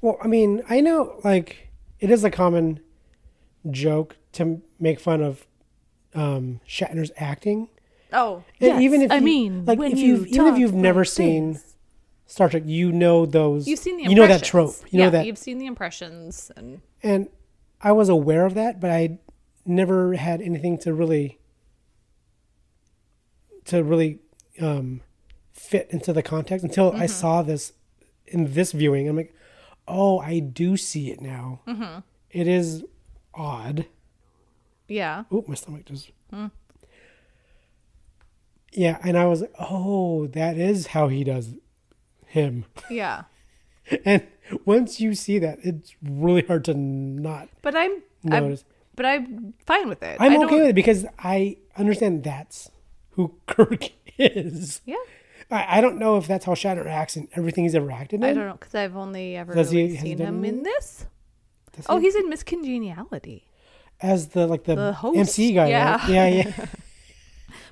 [SPEAKER 1] Well, I mean, I know like it is a common joke to m- make fun of um, Shatner's acting.
[SPEAKER 2] Oh,
[SPEAKER 1] And
[SPEAKER 2] yes, I mean,
[SPEAKER 1] like
[SPEAKER 2] when
[SPEAKER 1] if you've even if
[SPEAKER 2] talk
[SPEAKER 1] you've never
[SPEAKER 2] like
[SPEAKER 1] seen
[SPEAKER 2] this.
[SPEAKER 1] Star Trek, you know those.
[SPEAKER 2] you've seen the
[SPEAKER 1] you know that
[SPEAKER 2] impressions.
[SPEAKER 1] trope. You
[SPEAKER 2] yeah,
[SPEAKER 1] know that,
[SPEAKER 2] you've seen the impressions, and
[SPEAKER 1] and I was aware of that, but I never had anything to really to really um, fit into the context until
[SPEAKER 2] Mm-hmm.
[SPEAKER 1] I saw this in this viewing. I'm like, oh, I do see it now.
[SPEAKER 2] Mm-hmm.
[SPEAKER 1] It is odd.
[SPEAKER 2] yeah,
[SPEAKER 1] Oop, my stomach just.
[SPEAKER 2] Hmm.
[SPEAKER 1] Yeah, and I was like, oh, that is how he does him.
[SPEAKER 2] yeah.
[SPEAKER 1] And once you see that, it's really hard to not.
[SPEAKER 2] But I'm, I'm
[SPEAKER 1] Notice.
[SPEAKER 2] but I'm fine with it.
[SPEAKER 1] I'm
[SPEAKER 2] I
[SPEAKER 1] okay
[SPEAKER 2] don't-
[SPEAKER 1] with it because I understand that's who Kirk is.
[SPEAKER 2] Yeah,
[SPEAKER 1] I, I don't know if that's how Shatner acts in everything he's ever acted in.
[SPEAKER 2] I don't know because I've only ever
[SPEAKER 1] Does he-
[SPEAKER 2] really
[SPEAKER 1] has he
[SPEAKER 2] seen
[SPEAKER 1] done
[SPEAKER 2] him
[SPEAKER 1] any-
[SPEAKER 2] in this.
[SPEAKER 1] Does
[SPEAKER 2] Oh,
[SPEAKER 1] he-
[SPEAKER 2] he's in Miss Congeniality.
[SPEAKER 1] as the like the,
[SPEAKER 2] The host,
[SPEAKER 1] MC guy.
[SPEAKER 2] yeah.
[SPEAKER 1] right? yeah, yeah.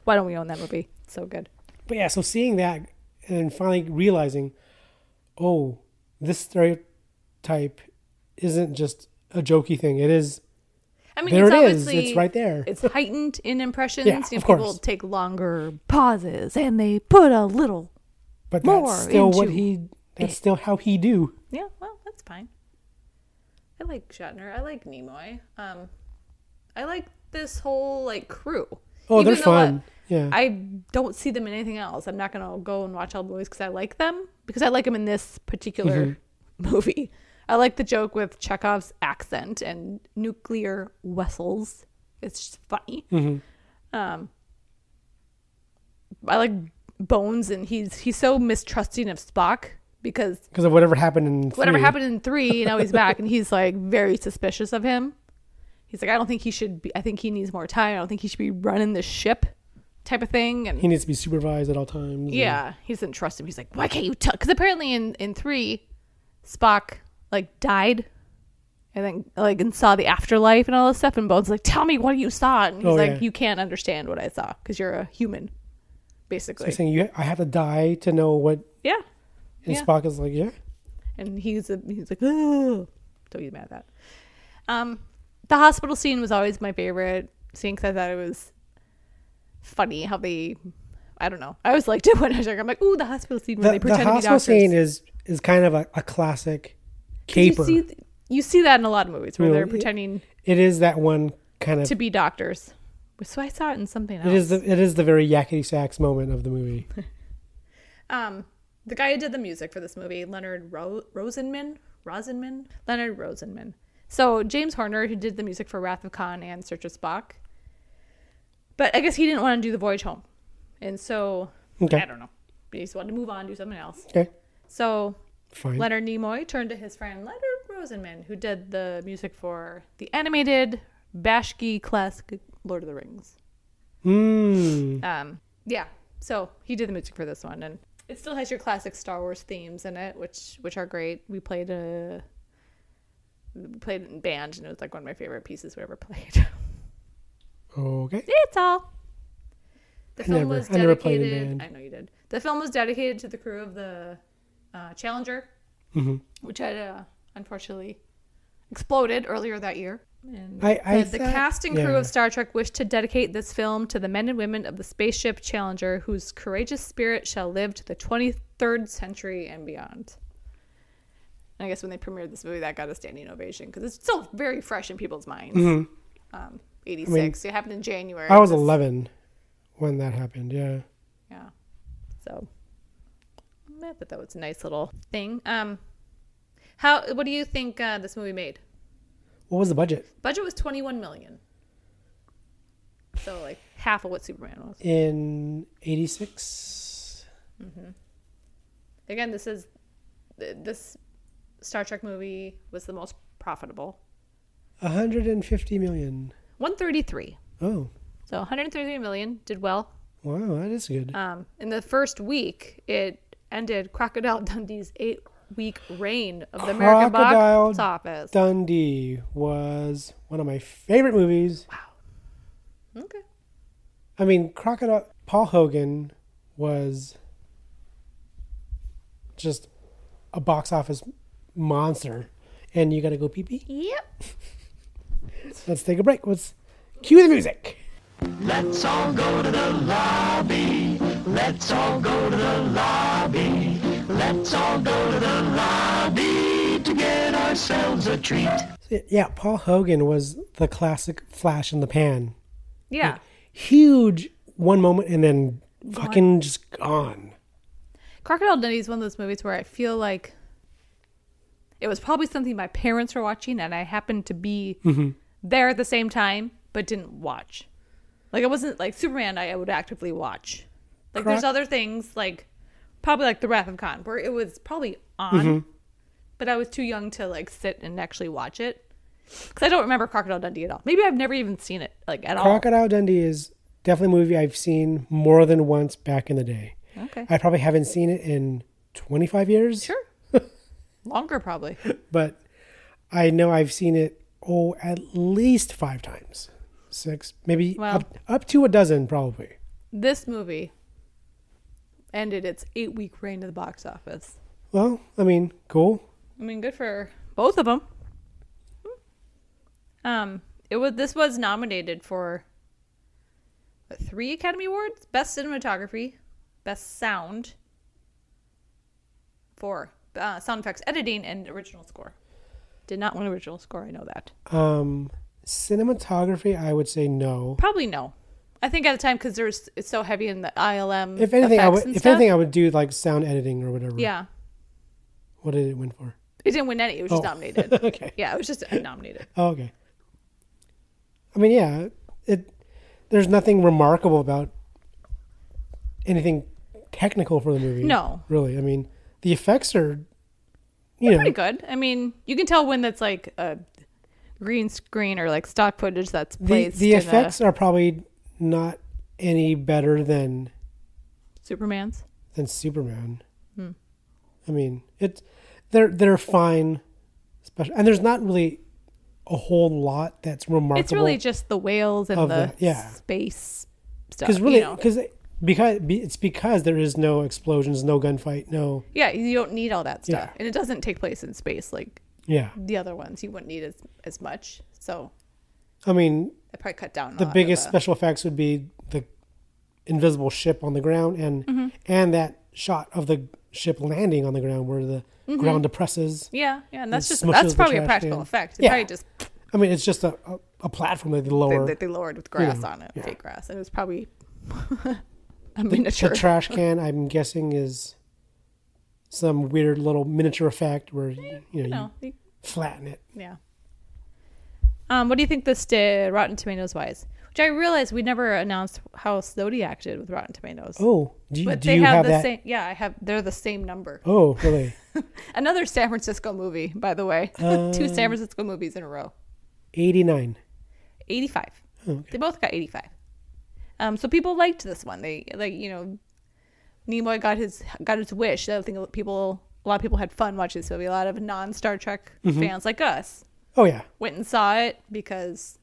[SPEAKER 2] Why don't we own that movie? So good.
[SPEAKER 1] but yeah, so seeing that and finally realizing, oh, this stereotype isn't just a jokey thing. It is
[SPEAKER 2] I mean,
[SPEAKER 1] there.
[SPEAKER 2] it's
[SPEAKER 1] It is.
[SPEAKER 2] obviously
[SPEAKER 1] It's right there.
[SPEAKER 2] It's heightened in impressions.
[SPEAKER 1] Yeah,
[SPEAKER 2] you know,
[SPEAKER 1] of
[SPEAKER 2] people
[SPEAKER 1] course.
[SPEAKER 2] take longer pauses, and they put a little.
[SPEAKER 1] but
[SPEAKER 2] more
[SPEAKER 1] that's still what
[SPEAKER 2] into
[SPEAKER 1] he. That's still how he do.
[SPEAKER 2] Yeah, well, that's fine. I like Shatner. I like Nimoy. Um, I like this whole like crew.
[SPEAKER 1] Oh, they're
[SPEAKER 2] though
[SPEAKER 1] fun.
[SPEAKER 2] I,
[SPEAKER 1] Yeah.
[SPEAKER 2] I don't see them in anything else. I'm not gonna go and watch all the movies because I like them because I like them in this particular
[SPEAKER 1] Mm-hmm.
[SPEAKER 2] movie. I like the joke with Chekhov's accent and nuclear vessels. It's just funny.
[SPEAKER 1] Mm-hmm.
[SPEAKER 2] Um, I like Bones, and he's he's so mistrusting of Spock because
[SPEAKER 1] Because of whatever happened in
[SPEAKER 2] whatever
[SPEAKER 1] three.
[SPEAKER 2] happened in three, you know, he's back and he's like very suspicious of him. He's like, I don't think he should be, I think he needs more time. I don't think he should be running the ship type of thing. And
[SPEAKER 1] He needs to be supervised at all times. and-
[SPEAKER 2] yeah, he doesn't trust him. He's like, why can't you tell? Because apparently in, in three, Spock like died and then like and saw the afterlife and all this stuff. And Bones like, tell me what you saw. And he's
[SPEAKER 1] Oh,
[SPEAKER 2] like,
[SPEAKER 1] yeah.
[SPEAKER 2] you can't understand what I saw because you're a human, basically.
[SPEAKER 1] He's saying you, I have to die to know what.
[SPEAKER 2] yeah.
[SPEAKER 1] And
[SPEAKER 2] Yeah.
[SPEAKER 1] Spock is like, yeah.
[SPEAKER 2] and he's a, he's like, oh, don't get mad at that. Um, the hospital scene was always my favorite scene because I thought it was funny how they, I don't know, I always liked it when I was younger. I'm like, ooh, the hospital scene where
[SPEAKER 1] The,
[SPEAKER 2] they
[SPEAKER 1] the
[SPEAKER 2] pretend to be
[SPEAKER 1] hospital
[SPEAKER 2] doctors.
[SPEAKER 1] scene is is kind of a, a classic caper.
[SPEAKER 2] You see, you see that in a lot of movies where
[SPEAKER 1] Really?
[SPEAKER 2] they're pretending
[SPEAKER 1] it is that one kind of.
[SPEAKER 2] to be doctors. So I saw it in something else.
[SPEAKER 1] it is the it is the very yakety sax moment of the movie.
[SPEAKER 2] Um, the guy who did the music for this movie, Leonard Ro- Rosenman, Rosenman, Leonard Rosenman. So James Horner, who did the music for Wrath of Khan and Search of Spock, but I guess he didn't want to do the Voyage Home, and so
[SPEAKER 1] Okay.
[SPEAKER 2] I don't know. He just wanted to move on, do something else.
[SPEAKER 1] Okay,
[SPEAKER 2] So
[SPEAKER 1] fine.
[SPEAKER 2] Leonard Nimoy turned to his friend Leonard Rosenman, who did the music for the animated Bashki classic Lord of the Rings.
[SPEAKER 1] Mm.
[SPEAKER 2] Um, yeah. So he did the music for this one, and it still has your classic Star Wars themes in it, which which are great. We played a we played it in band, and it was like one of my favorite pieces we ever played.
[SPEAKER 1] Okay.
[SPEAKER 2] That's all. The film
[SPEAKER 1] never-
[SPEAKER 2] was
[SPEAKER 1] I never played in
[SPEAKER 2] dedicated.
[SPEAKER 1] band.
[SPEAKER 2] I know you did. The film was dedicated to the crew of the uh, Challenger,
[SPEAKER 1] Mm-hmm.
[SPEAKER 2] which had uh, unfortunately exploded earlier that year. And
[SPEAKER 1] I- I
[SPEAKER 2] the, the
[SPEAKER 1] thought-
[SPEAKER 2] cast and crew
[SPEAKER 1] yeah.
[SPEAKER 2] of Star Trek wished to dedicate this film to the men and women of the spaceship Challenger, whose courageous spirit shall live to the 23rd century and beyond. And I guess when they premiered this movie, that got a standing ovation because it's still very fresh in people's minds.
[SPEAKER 1] Mm-hmm.
[SPEAKER 2] Um, 86. it happened in January.
[SPEAKER 1] I was
[SPEAKER 2] It's-
[SPEAKER 1] 11 when that happened. Yeah.
[SPEAKER 2] Yeah. So I thought that was a nice little thing. Um, how? What do you think uh, this movie made?
[SPEAKER 1] What was the budget
[SPEAKER 2] Budget was 21 million. So like half of what Superman was.
[SPEAKER 1] in '86?
[SPEAKER 2] Again, this is th- this Star Trek movie was the most profitable.
[SPEAKER 1] 150 million.
[SPEAKER 2] 133.
[SPEAKER 1] Oh,
[SPEAKER 2] So 133 million did well.
[SPEAKER 1] wow, that is good.
[SPEAKER 2] Um, in the first week, it ended Crocodile Dundee's eight-week reign of the American
[SPEAKER 1] Crocodile
[SPEAKER 2] box office.
[SPEAKER 1] Dundee was one of my favorite movies.
[SPEAKER 2] okay.
[SPEAKER 1] I mean, Crocodile Paul Hogan was just a box office monster. And you gotta go pee pee.
[SPEAKER 2] Yep.
[SPEAKER 1] Let's take a break. Let's cue the music.
[SPEAKER 3] Let's all go to the lobby. Let's all go to the lobby. Let's all go to the lobby to get ourselves a treat.
[SPEAKER 1] Yeah, Paul Hogan was the classic flash in the pan.
[SPEAKER 2] Yeah.
[SPEAKER 1] Huge one moment and then fucking just gone.
[SPEAKER 2] Crocodile Dundee is one of those movies where I feel like it was probably something my parents were watching and I happened to be
[SPEAKER 1] Mm-hmm.
[SPEAKER 2] there at the same time but didn't watch. Like it wasn't like Superman I would actively watch. Like there's
[SPEAKER 1] Croc-
[SPEAKER 2] other things like probably like The Wrath of Khan where it was probably on
[SPEAKER 1] Mm-hmm.
[SPEAKER 2] but I was too young to like sit and actually watch it. Cuz I don't remember Crocodile Dundee at all. Maybe I've never even seen it like at
[SPEAKER 1] Crocodile Dundee is definitely a movie I've seen more than once back in the day.
[SPEAKER 2] all. Okay.
[SPEAKER 1] I probably haven't seen it in 25 years.
[SPEAKER 2] sure. Longer probably.
[SPEAKER 1] but I know I've seen it oh at least five times, six maybe
[SPEAKER 2] Wow.
[SPEAKER 1] up, up to a dozen probably.
[SPEAKER 2] this movie ended its eight week reign to the box office.
[SPEAKER 1] Well, I mean, cool.
[SPEAKER 2] I mean, good for both of them. Um, it was this was nominated for what, three Academy Awards: Best Cinematography, Best Sound, for uh, sound effects editing, and original score. Did not win original score. I know that.
[SPEAKER 1] Um, cinematography, I would say no.
[SPEAKER 2] Probably no. I think at the time because there's it's so heavy in the ILM.
[SPEAKER 1] If anything, I
[SPEAKER 2] effects
[SPEAKER 1] would.
[SPEAKER 2] and
[SPEAKER 1] If
[SPEAKER 2] stuff.
[SPEAKER 1] anything, I would do like sound editing or whatever.
[SPEAKER 2] yeah,
[SPEAKER 1] What did it win for?
[SPEAKER 2] it didn't win any. It was just
[SPEAKER 1] Oh.
[SPEAKER 2] nominated.
[SPEAKER 1] okay.
[SPEAKER 2] Yeah, it was just nominated.
[SPEAKER 1] Oh, okay. I mean, yeah. It. There's nothing remarkable about anything technical for the movie.
[SPEAKER 2] No.
[SPEAKER 1] Really, I mean, the effects are. You know,
[SPEAKER 2] Pretty good. I mean, you can tell when that's like a green screen or like stock footage that's
[SPEAKER 1] the,
[SPEAKER 2] placed.
[SPEAKER 1] the
[SPEAKER 2] in
[SPEAKER 1] effects
[SPEAKER 2] a,
[SPEAKER 1] are probably not any better than
[SPEAKER 2] Superman's.
[SPEAKER 1] than Superman.
[SPEAKER 2] Hmm.
[SPEAKER 1] I mean, it's they're they're fine, special, and there's not really a whole lot that's remarkable.
[SPEAKER 2] It's really just the whales and the,
[SPEAKER 1] Of the- yeah.
[SPEAKER 2] space stuff.
[SPEAKER 1] because
[SPEAKER 2] you
[SPEAKER 1] really
[SPEAKER 2] know?
[SPEAKER 1] because because be- it's because there is no explosions, no gunfight, no
[SPEAKER 2] yeah, you don't need all that stuff,
[SPEAKER 1] Yeah.
[SPEAKER 2] and it doesn't take place in space like
[SPEAKER 1] yeah.
[SPEAKER 2] the other ones. You wouldn't need as as much, so
[SPEAKER 1] I mean,
[SPEAKER 2] I probably cut down. on
[SPEAKER 1] the
[SPEAKER 2] a lot of uh,
[SPEAKER 1] biggest special effects would be the invisible ship on the ground and
[SPEAKER 2] Mm-hmm.
[SPEAKER 1] and that shot of the ship landing on the ground where the
[SPEAKER 2] Mm-hmm.
[SPEAKER 1] ground depresses.
[SPEAKER 2] yeah, yeah, and that's just
[SPEAKER 1] smushes
[SPEAKER 2] that's
[SPEAKER 1] the
[SPEAKER 2] probably a
[SPEAKER 1] trash
[SPEAKER 2] practical
[SPEAKER 1] can.
[SPEAKER 2] effect. It
[SPEAKER 1] Yeah.
[SPEAKER 2] probably just
[SPEAKER 1] I mean, it's just a, a, a platform that they lower.
[SPEAKER 2] that they lowered with grass on it, fake grass, and it was probably a miniature.
[SPEAKER 1] the trash can, I'm guessing, is some weird little miniature effect where you, you know,
[SPEAKER 2] no,
[SPEAKER 1] you flatten it.
[SPEAKER 2] Yeah. Um, what do you think this did Rotten Tomatoes wise? Which I realized we never announced how Zodiac did with Rotten Tomatoes.
[SPEAKER 1] Oh, do you,
[SPEAKER 2] but
[SPEAKER 1] do
[SPEAKER 2] they
[SPEAKER 1] you
[SPEAKER 2] have,
[SPEAKER 1] have
[SPEAKER 2] the
[SPEAKER 1] that?
[SPEAKER 2] same. Yeah, I have. They're the same number.
[SPEAKER 1] Oh, really?
[SPEAKER 2] Another San Francisco movie, by the way. Two
[SPEAKER 1] Uh.
[SPEAKER 2] San Francisco movies in a row.
[SPEAKER 1] 89.
[SPEAKER 2] Eighty-five.
[SPEAKER 1] Oh,
[SPEAKER 2] They both got eighty-five. Um, so people liked this one. They like you know, Nimoy got his got his wish. I think people a lot of people had fun watching this movie. A lot of non Star Trek
[SPEAKER 1] Mm-hmm.
[SPEAKER 2] fans like us
[SPEAKER 1] Oh, yeah.
[SPEAKER 2] went and saw it because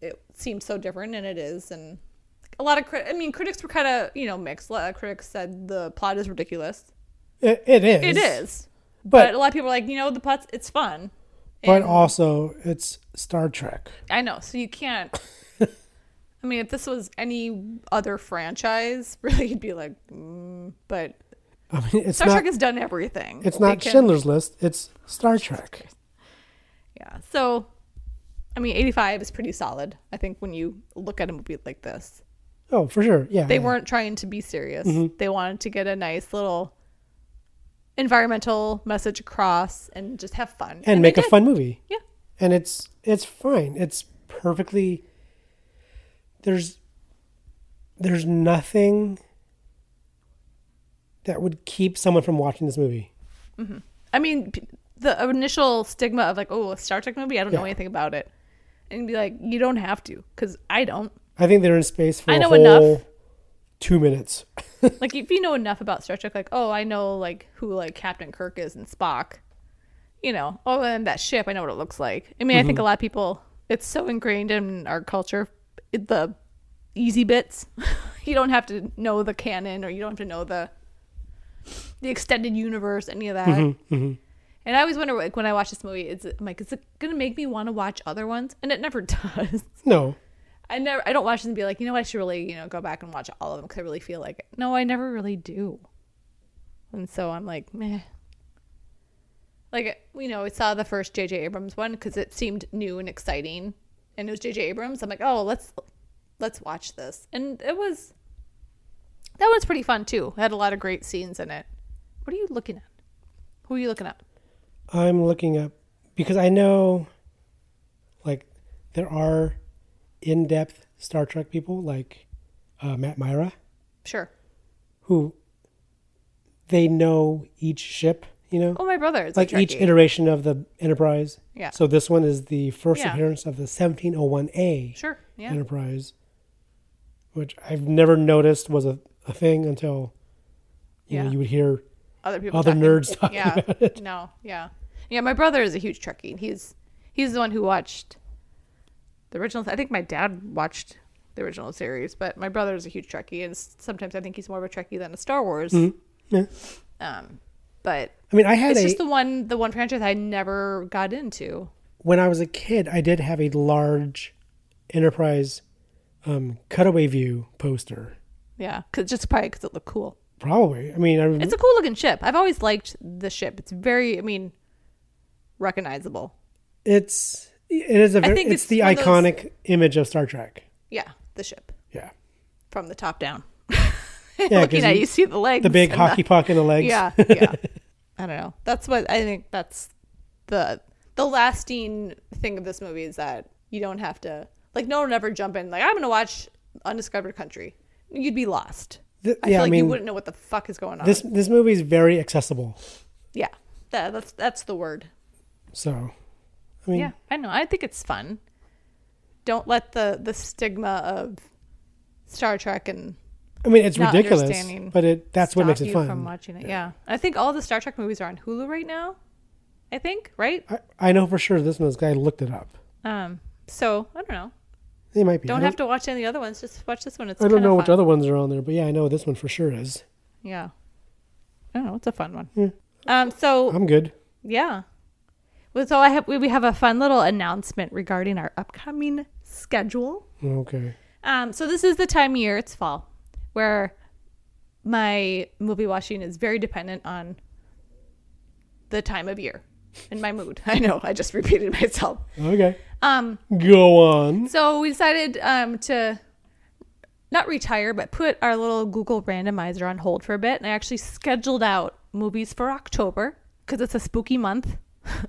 [SPEAKER 2] it seemed so different and it is and a lot of crit- i mean critics were kind of you know mixed a lot of critics said the plot is ridiculous
[SPEAKER 1] It, it is.
[SPEAKER 2] it is but,
[SPEAKER 1] But,
[SPEAKER 2] a lot of people were like you know the plot's it's fun
[SPEAKER 1] but
[SPEAKER 2] And
[SPEAKER 1] also, it's Star Trek.
[SPEAKER 2] i know so you can't i mean if this was any other franchise really you'd be like mm, but
[SPEAKER 1] I mean, it's
[SPEAKER 2] star
[SPEAKER 1] not,
[SPEAKER 2] trek has done everything
[SPEAKER 1] it's
[SPEAKER 2] They
[SPEAKER 1] not
[SPEAKER 2] can-
[SPEAKER 1] Schindler's List. It's Star Trek.
[SPEAKER 2] yeah so i mean 85 is pretty solid i think when you look at a movie like this
[SPEAKER 1] Oh, for sure. Yeah. Mm-hmm.
[SPEAKER 2] they
[SPEAKER 1] yeah.
[SPEAKER 2] weren't trying to be serious. They wanted to get a nice little environmental message across and just have fun.
[SPEAKER 1] And
[SPEAKER 2] they
[SPEAKER 1] make a
[SPEAKER 2] did.
[SPEAKER 1] fun movie.
[SPEAKER 2] Yeah.
[SPEAKER 1] and it's it's fine. It's perfectly. There's there's nothing that would keep someone from watching this movie.
[SPEAKER 2] I mean, p- the initial stigma of like, oh, a Star Trek movie, I don't know
[SPEAKER 1] Yeah.
[SPEAKER 2] anything about it, and be like, you don't have to, because I don't.
[SPEAKER 1] I think they're in space for
[SPEAKER 2] I know
[SPEAKER 1] a whole
[SPEAKER 2] enough.
[SPEAKER 1] two minutes.
[SPEAKER 2] like, if you know enough about Star Trek, like, oh, I know like who like Captain Kirk is and Spock, you know, oh, and that ship, I know what it looks like. I mean, I think a lot of people, it's so ingrained in our culture, it, the easy bits. you don't have to know the canon, or you don't have to know the the extended universe, any of that. And I always wonder, like, when I watch this movie, is it, I'm like, is it gonna make me want to watch other ones? And it never does.
[SPEAKER 1] No,
[SPEAKER 2] I never, I don't watch them and be like, you know, what, I should really, you know, go back and watch all of them because I really feel like it. No, I never really do. And so I'm like, meh. Like, you know, I saw the first J.J. Abrams one because it seemed new and exciting, and it was J.J. Abrams. I'm like, oh, let's let's watch this, and it was that one's pretty fun too. It had a lot of great scenes in it. What are you looking at? Who are you looking at?
[SPEAKER 1] I'm looking up because I know, like, there are in-depth Star Trek people like uh, Matt Myra
[SPEAKER 2] Sure.
[SPEAKER 1] who they know each ship. You know,
[SPEAKER 2] Oh, my brother. It's
[SPEAKER 1] like each iteration of the Enterprise.
[SPEAKER 2] Yeah.
[SPEAKER 1] So this one is the first
[SPEAKER 2] Yeah.
[SPEAKER 1] appearance of the 1701A
[SPEAKER 2] Sure. Yeah.
[SPEAKER 1] Enterprise, which I've never noticed was a, a thing until you know
[SPEAKER 2] Yeah.
[SPEAKER 1] you would hear
[SPEAKER 2] other people
[SPEAKER 1] Other
[SPEAKER 2] talking.
[SPEAKER 1] nerds talking
[SPEAKER 2] yeah no yeah yeah my brother is a huge trekkie and he's he's the one who watched the original i think my dad watched the original series but my brother is a huge trekkie and s- sometimes i think he's more of a trekkie than a star wars
[SPEAKER 1] Mm-hmm. Yeah.
[SPEAKER 2] um but
[SPEAKER 1] I mean, I had
[SPEAKER 2] it's
[SPEAKER 1] a
[SPEAKER 2] just the one the one franchise i never got into
[SPEAKER 1] when I was a kid, I did have a large Enterprise um, cutaway view poster.
[SPEAKER 2] yeah cause just probably because it looked cool
[SPEAKER 1] Probably. I mean, I rem-
[SPEAKER 2] it's a cool looking ship i've always liked the ship it's very i mean recognizable
[SPEAKER 1] it's it is a very,
[SPEAKER 2] think
[SPEAKER 1] it's,
[SPEAKER 2] it's
[SPEAKER 1] the
[SPEAKER 2] one of those-
[SPEAKER 1] iconic image of Star Trek.
[SPEAKER 2] yeah the ship
[SPEAKER 1] Yeah.
[SPEAKER 2] from the top down
[SPEAKER 1] Yeah,
[SPEAKER 2] looking
[SPEAKER 1] 'cause
[SPEAKER 2] at
[SPEAKER 1] you-
[SPEAKER 2] you see the legs
[SPEAKER 1] The big
[SPEAKER 2] and
[SPEAKER 1] hockey puck in the legs.
[SPEAKER 2] yeah yeah i don't know that's what i think that's the the lasting thing of this movie is that you don't have to like no one would ever jump in like i'm gonna watch undiscovered country you'd be lost
[SPEAKER 1] Th-
[SPEAKER 2] i
[SPEAKER 1] yeah,
[SPEAKER 2] feel
[SPEAKER 1] I
[SPEAKER 2] like you
[SPEAKER 1] mean-
[SPEAKER 2] wouldn't know what the fuck is going on
[SPEAKER 1] This this movie is very accessible.
[SPEAKER 2] yeah that, that's that's the word
[SPEAKER 1] So, I mean,
[SPEAKER 2] yeah i know i think it's fun don't let the the stigma of star trek and
[SPEAKER 1] I mean, it's
[SPEAKER 2] Not
[SPEAKER 1] ridiculous,
[SPEAKER 2] understanding
[SPEAKER 1] but it that's what
[SPEAKER 2] stop
[SPEAKER 1] makes it
[SPEAKER 2] you
[SPEAKER 1] fun.
[SPEAKER 2] from watching it yeah i think all the star trek movies are on hulu right now i think right
[SPEAKER 1] I, I know for sure this one. This guy looked it up.
[SPEAKER 2] um so i don't know
[SPEAKER 1] They might be.
[SPEAKER 2] Don't
[SPEAKER 1] I
[SPEAKER 2] have to watch any of the other ones. Just watch this one. It's
[SPEAKER 1] I don't
[SPEAKER 2] kinda
[SPEAKER 1] know which
[SPEAKER 2] fun.
[SPEAKER 1] other ones are on there, but yeah, I know this one for sure is.
[SPEAKER 2] Yeah, I don't know. It's a fun one. Um. So
[SPEAKER 1] I'm good.
[SPEAKER 2] yeah. Well, so I have we we have a fun little announcement regarding our upcoming schedule.
[SPEAKER 1] Okay.
[SPEAKER 2] Um. So this is the time of year. It's fall, where my movie watching is very dependent on the time of year and my mood. I know. I just repeated myself.
[SPEAKER 1] Okay.
[SPEAKER 2] Um.
[SPEAKER 1] Go on.
[SPEAKER 2] So we decided um, to not retire, but put our little Google randomizer on hold for a bit. And I actually scheduled out movies for October because it's a spooky month,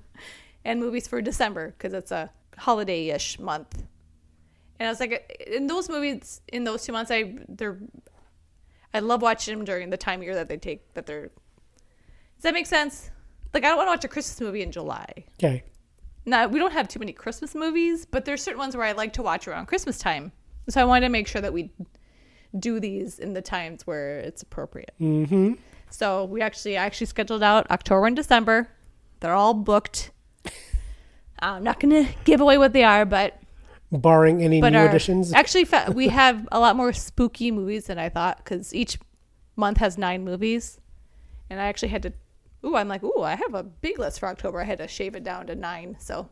[SPEAKER 2] and movies for December because it's a holiday ish month. And I was like, in those movies, in those two months, I they're I love watching them during the time of year that they take that they're. Does that make sense? Like I don't want to watch a Christmas movie in July
[SPEAKER 1] Okay.
[SPEAKER 2] now we don't have too many Christmas movies, but there's certain ones where I like to watch around Christmas time. So I wanted to make sure that we do these in the times where it's appropriate. Mm-hmm. So we actually I actually scheduled out October and December. They're all booked. Uh, I'm not gonna give away what they are, but
[SPEAKER 1] Barring any
[SPEAKER 2] but
[SPEAKER 1] new
[SPEAKER 2] our,
[SPEAKER 1] additions.
[SPEAKER 2] actually fa- we have a lot more spooky movies than I thought because each month has nine movies, and I actually had to. Ooh, I'm like, ooh, I have a big list for October. I had to shave it down to nine. So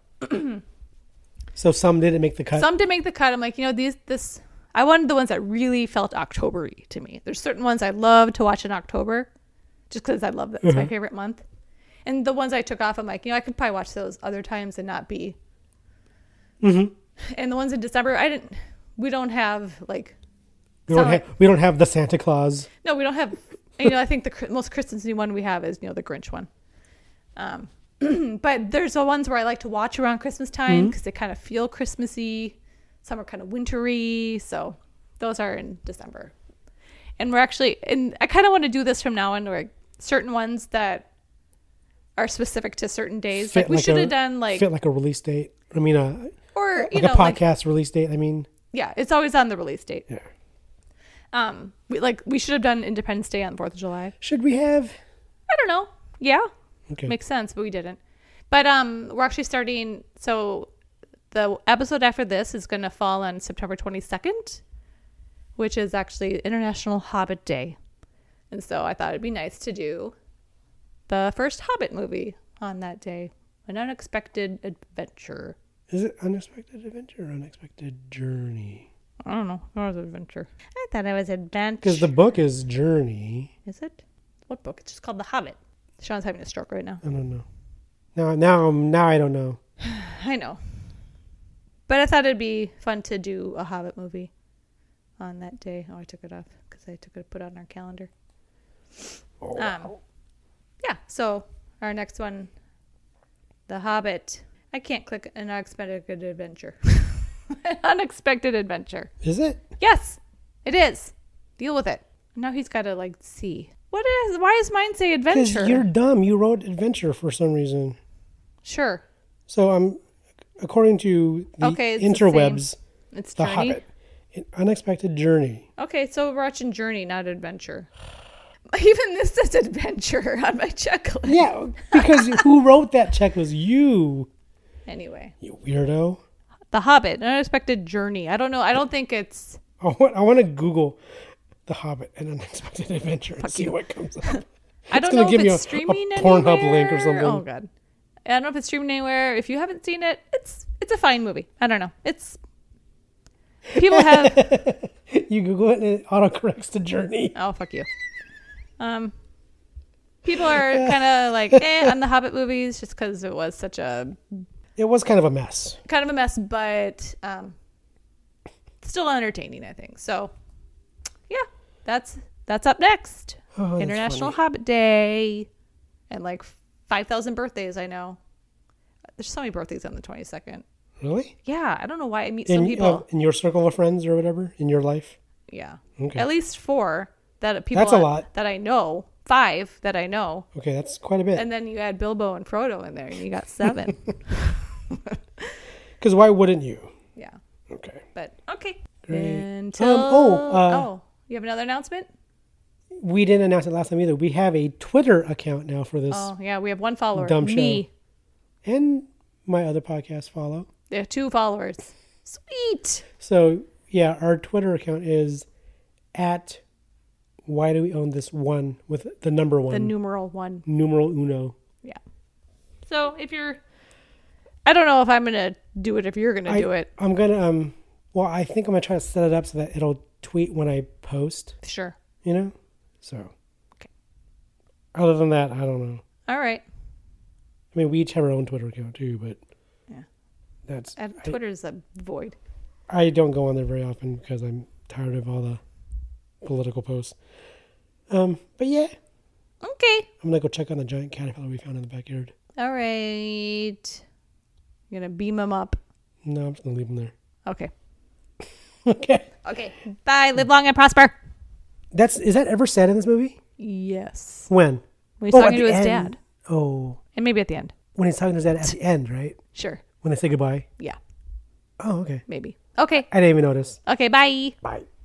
[SPEAKER 1] so some didn't make the cut.
[SPEAKER 2] some did make the cut. I'm like, you know, these this I wanted the ones that really felt Octobery to me. There's certain ones I love to watch in October, just because I love that it's my favorite month. And the ones I took off, I'm like, you know, I could probably watch those other times and not be. And the ones in December, I didn't. We don't have like
[SPEAKER 1] we, don't
[SPEAKER 2] some-
[SPEAKER 1] have, we don't have the Santa Claus.
[SPEAKER 2] no, we don't have. You know, I think the cr- most Christmas new one we have is you know the Grinch one. Um, but there's the ones where I like to watch around Christmas
[SPEAKER 1] Mm-hmm.
[SPEAKER 2] time because they kind of feel Christmassy. Some are kind of wintry, so those are in December. And we're actually, and I kind of want to do this from now on, where certain ones that are specific to certain days,
[SPEAKER 1] Fit
[SPEAKER 2] like we should
[SPEAKER 1] a-
[SPEAKER 2] have done like,
[SPEAKER 1] fit like a release date. I mean, a,
[SPEAKER 2] or you
[SPEAKER 1] like
[SPEAKER 2] know,
[SPEAKER 1] a
[SPEAKER 2] like
[SPEAKER 1] podcast release date. I mean,
[SPEAKER 2] yeah, it's always on the release date.
[SPEAKER 1] Yeah.
[SPEAKER 2] Um, we, like we should have done Independence Day on Fourth of July.
[SPEAKER 1] should we have?
[SPEAKER 2] I don't know. Yeah,
[SPEAKER 1] Okay.
[SPEAKER 2] makes sense, but we didn't. But um, we're actually starting. So the episode after this is going to fall on September 22nd, which is actually International Hobbit Day, and so I thought it'd be nice to do the first Hobbit movie on that day, an unexpected adventure.
[SPEAKER 1] Is it unexpected adventure or unexpected journey?
[SPEAKER 2] I don't know. What was adventure? I thought it was adventure.
[SPEAKER 1] Because the book is Journey.
[SPEAKER 2] Is it? What book? It's just called The Hobbit. Sean's having a stroke right now.
[SPEAKER 1] I don't know. Now, now, um, now I don't know.
[SPEAKER 2] I know. But I thought it'd be fun to do a Hobbit movie on that day. Oh, I took it off because I took it put it on our calendar.
[SPEAKER 1] Oh,
[SPEAKER 2] Um, yeah. So our next one, The Hobbit. I can't click an unexpected adventure. an unexpected adventure.
[SPEAKER 1] Is it?
[SPEAKER 2] Yes, it is. Deal with it. Now he's got to like see. What is? Why does mine say
[SPEAKER 1] Because
[SPEAKER 2] adventure?
[SPEAKER 1] you're dumb. You wrote adventure for some reason.
[SPEAKER 2] Sure,
[SPEAKER 1] So I'm, according to the
[SPEAKER 2] Okay, it's the
[SPEAKER 1] interwebs,
[SPEAKER 2] it's
[SPEAKER 1] the,
[SPEAKER 2] Journey.
[SPEAKER 1] Hobbit, an unexpected journey.
[SPEAKER 2] Okay, so we're watching Journey, not Adventure. Even this says Adventure on my checklist.
[SPEAKER 1] Yeah, because who wrote that check was you,
[SPEAKER 2] Anyway,
[SPEAKER 1] you weirdo.
[SPEAKER 2] The Hobbit, an unexpected journey. I don't know. I don't think it's.
[SPEAKER 1] I want, I want to Google The Hobbit and Unexpected Adventure and see what comes up.
[SPEAKER 2] I don't
[SPEAKER 1] gonna
[SPEAKER 2] know if
[SPEAKER 1] give
[SPEAKER 2] it's
[SPEAKER 1] me a- a
[SPEAKER 2] streaming
[SPEAKER 1] Pornhub
[SPEAKER 2] anywhere.
[SPEAKER 1] link or something.
[SPEAKER 2] Oh god, I don't know if it's streaming anywhere. If you haven't seen it, it's it's a fine movie. I don't know. It's people have
[SPEAKER 1] you Google it and it autocorrects to journey.
[SPEAKER 2] Oh fuck you. Um, people are kind of like eh on the Hobbit movies just because it was such a
[SPEAKER 1] It was kind of a mess.
[SPEAKER 2] kind of a mess, but um, still entertaining, I think. So, yeah, that's that's up next.
[SPEAKER 1] Oh, that's
[SPEAKER 2] International
[SPEAKER 1] funny.
[SPEAKER 2] Hobbit Day, and like five thousand birthdays. I know. There's so many birthdays on the 22nd.
[SPEAKER 1] Really?
[SPEAKER 2] Yeah, I don't know why I meet
[SPEAKER 1] In,
[SPEAKER 2] some people.
[SPEAKER 1] uh, in your circle of friends or whatever, in your life?
[SPEAKER 2] yeah,
[SPEAKER 1] Okay.
[SPEAKER 2] at least four that people
[SPEAKER 1] That's a
[SPEAKER 2] on-
[SPEAKER 1] lot.
[SPEAKER 2] that I know. Five that I know.
[SPEAKER 1] Okay, that's quite a bit.
[SPEAKER 2] And then you add Bilbo and Frodo in there, and you got seven.
[SPEAKER 1] Because why wouldn't you?
[SPEAKER 2] yeah,
[SPEAKER 1] Okay.
[SPEAKER 2] but okay.
[SPEAKER 1] Great.
[SPEAKER 2] Until
[SPEAKER 1] oh, uh,
[SPEAKER 2] oh, you have another announcement?
[SPEAKER 1] We didn't announce it last time either. We have a Twitter account now for this
[SPEAKER 2] Oh yeah, we have one follower.
[SPEAKER 1] dumb show.
[SPEAKER 2] Me,
[SPEAKER 1] and my other podcast follow.
[SPEAKER 2] there are two followers. Sweet.
[SPEAKER 1] So yeah, our Twitter account is at why do we own this one with the number one
[SPEAKER 2] The numeral one.
[SPEAKER 1] numeral uno.
[SPEAKER 2] Yeah. So if you're, I don't know if I'm gonna do it. If you're gonna
[SPEAKER 1] I,
[SPEAKER 2] do it,
[SPEAKER 1] I'm gonna um. Well, I think I'm gonna try to set it up so that it'll tweet when I post.
[SPEAKER 2] sure.
[SPEAKER 1] You know. So.
[SPEAKER 2] Okay.
[SPEAKER 1] Other than that, I don't know.
[SPEAKER 2] All right.
[SPEAKER 1] I mean, we each have our own Twitter account too, but.
[SPEAKER 2] Yeah.
[SPEAKER 1] That's
[SPEAKER 2] And Twitter's a void.
[SPEAKER 1] I don't go on there very often because I'm tired of all the political posts. Um, but yeah,
[SPEAKER 2] Okay.
[SPEAKER 1] I'm gonna go check on the giant caterpillar we found in the backyard.
[SPEAKER 2] All right. You're gonna beam them up.
[SPEAKER 1] No, I'm just gonna leave them there.
[SPEAKER 2] Okay.
[SPEAKER 1] okay,
[SPEAKER 2] Okay. Bye. Live long and prosper.
[SPEAKER 1] that's is that ever said in this movie?
[SPEAKER 2] Yes.
[SPEAKER 1] When?
[SPEAKER 2] When he's
[SPEAKER 1] Oh,
[SPEAKER 2] talking
[SPEAKER 1] at
[SPEAKER 2] to
[SPEAKER 1] the
[SPEAKER 2] his
[SPEAKER 1] end.
[SPEAKER 2] dad.
[SPEAKER 1] Oh,
[SPEAKER 2] And maybe at the end.
[SPEAKER 1] when he's talking to his dad at the end, right?
[SPEAKER 2] Sure.
[SPEAKER 1] When they say goodbye.
[SPEAKER 2] Yeah.
[SPEAKER 1] Oh, okay.
[SPEAKER 2] Maybe. Okay.
[SPEAKER 1] I didn't even notice.
[SPEAKER 2] Okay. Bye.
[SPEAKER 1] Bye.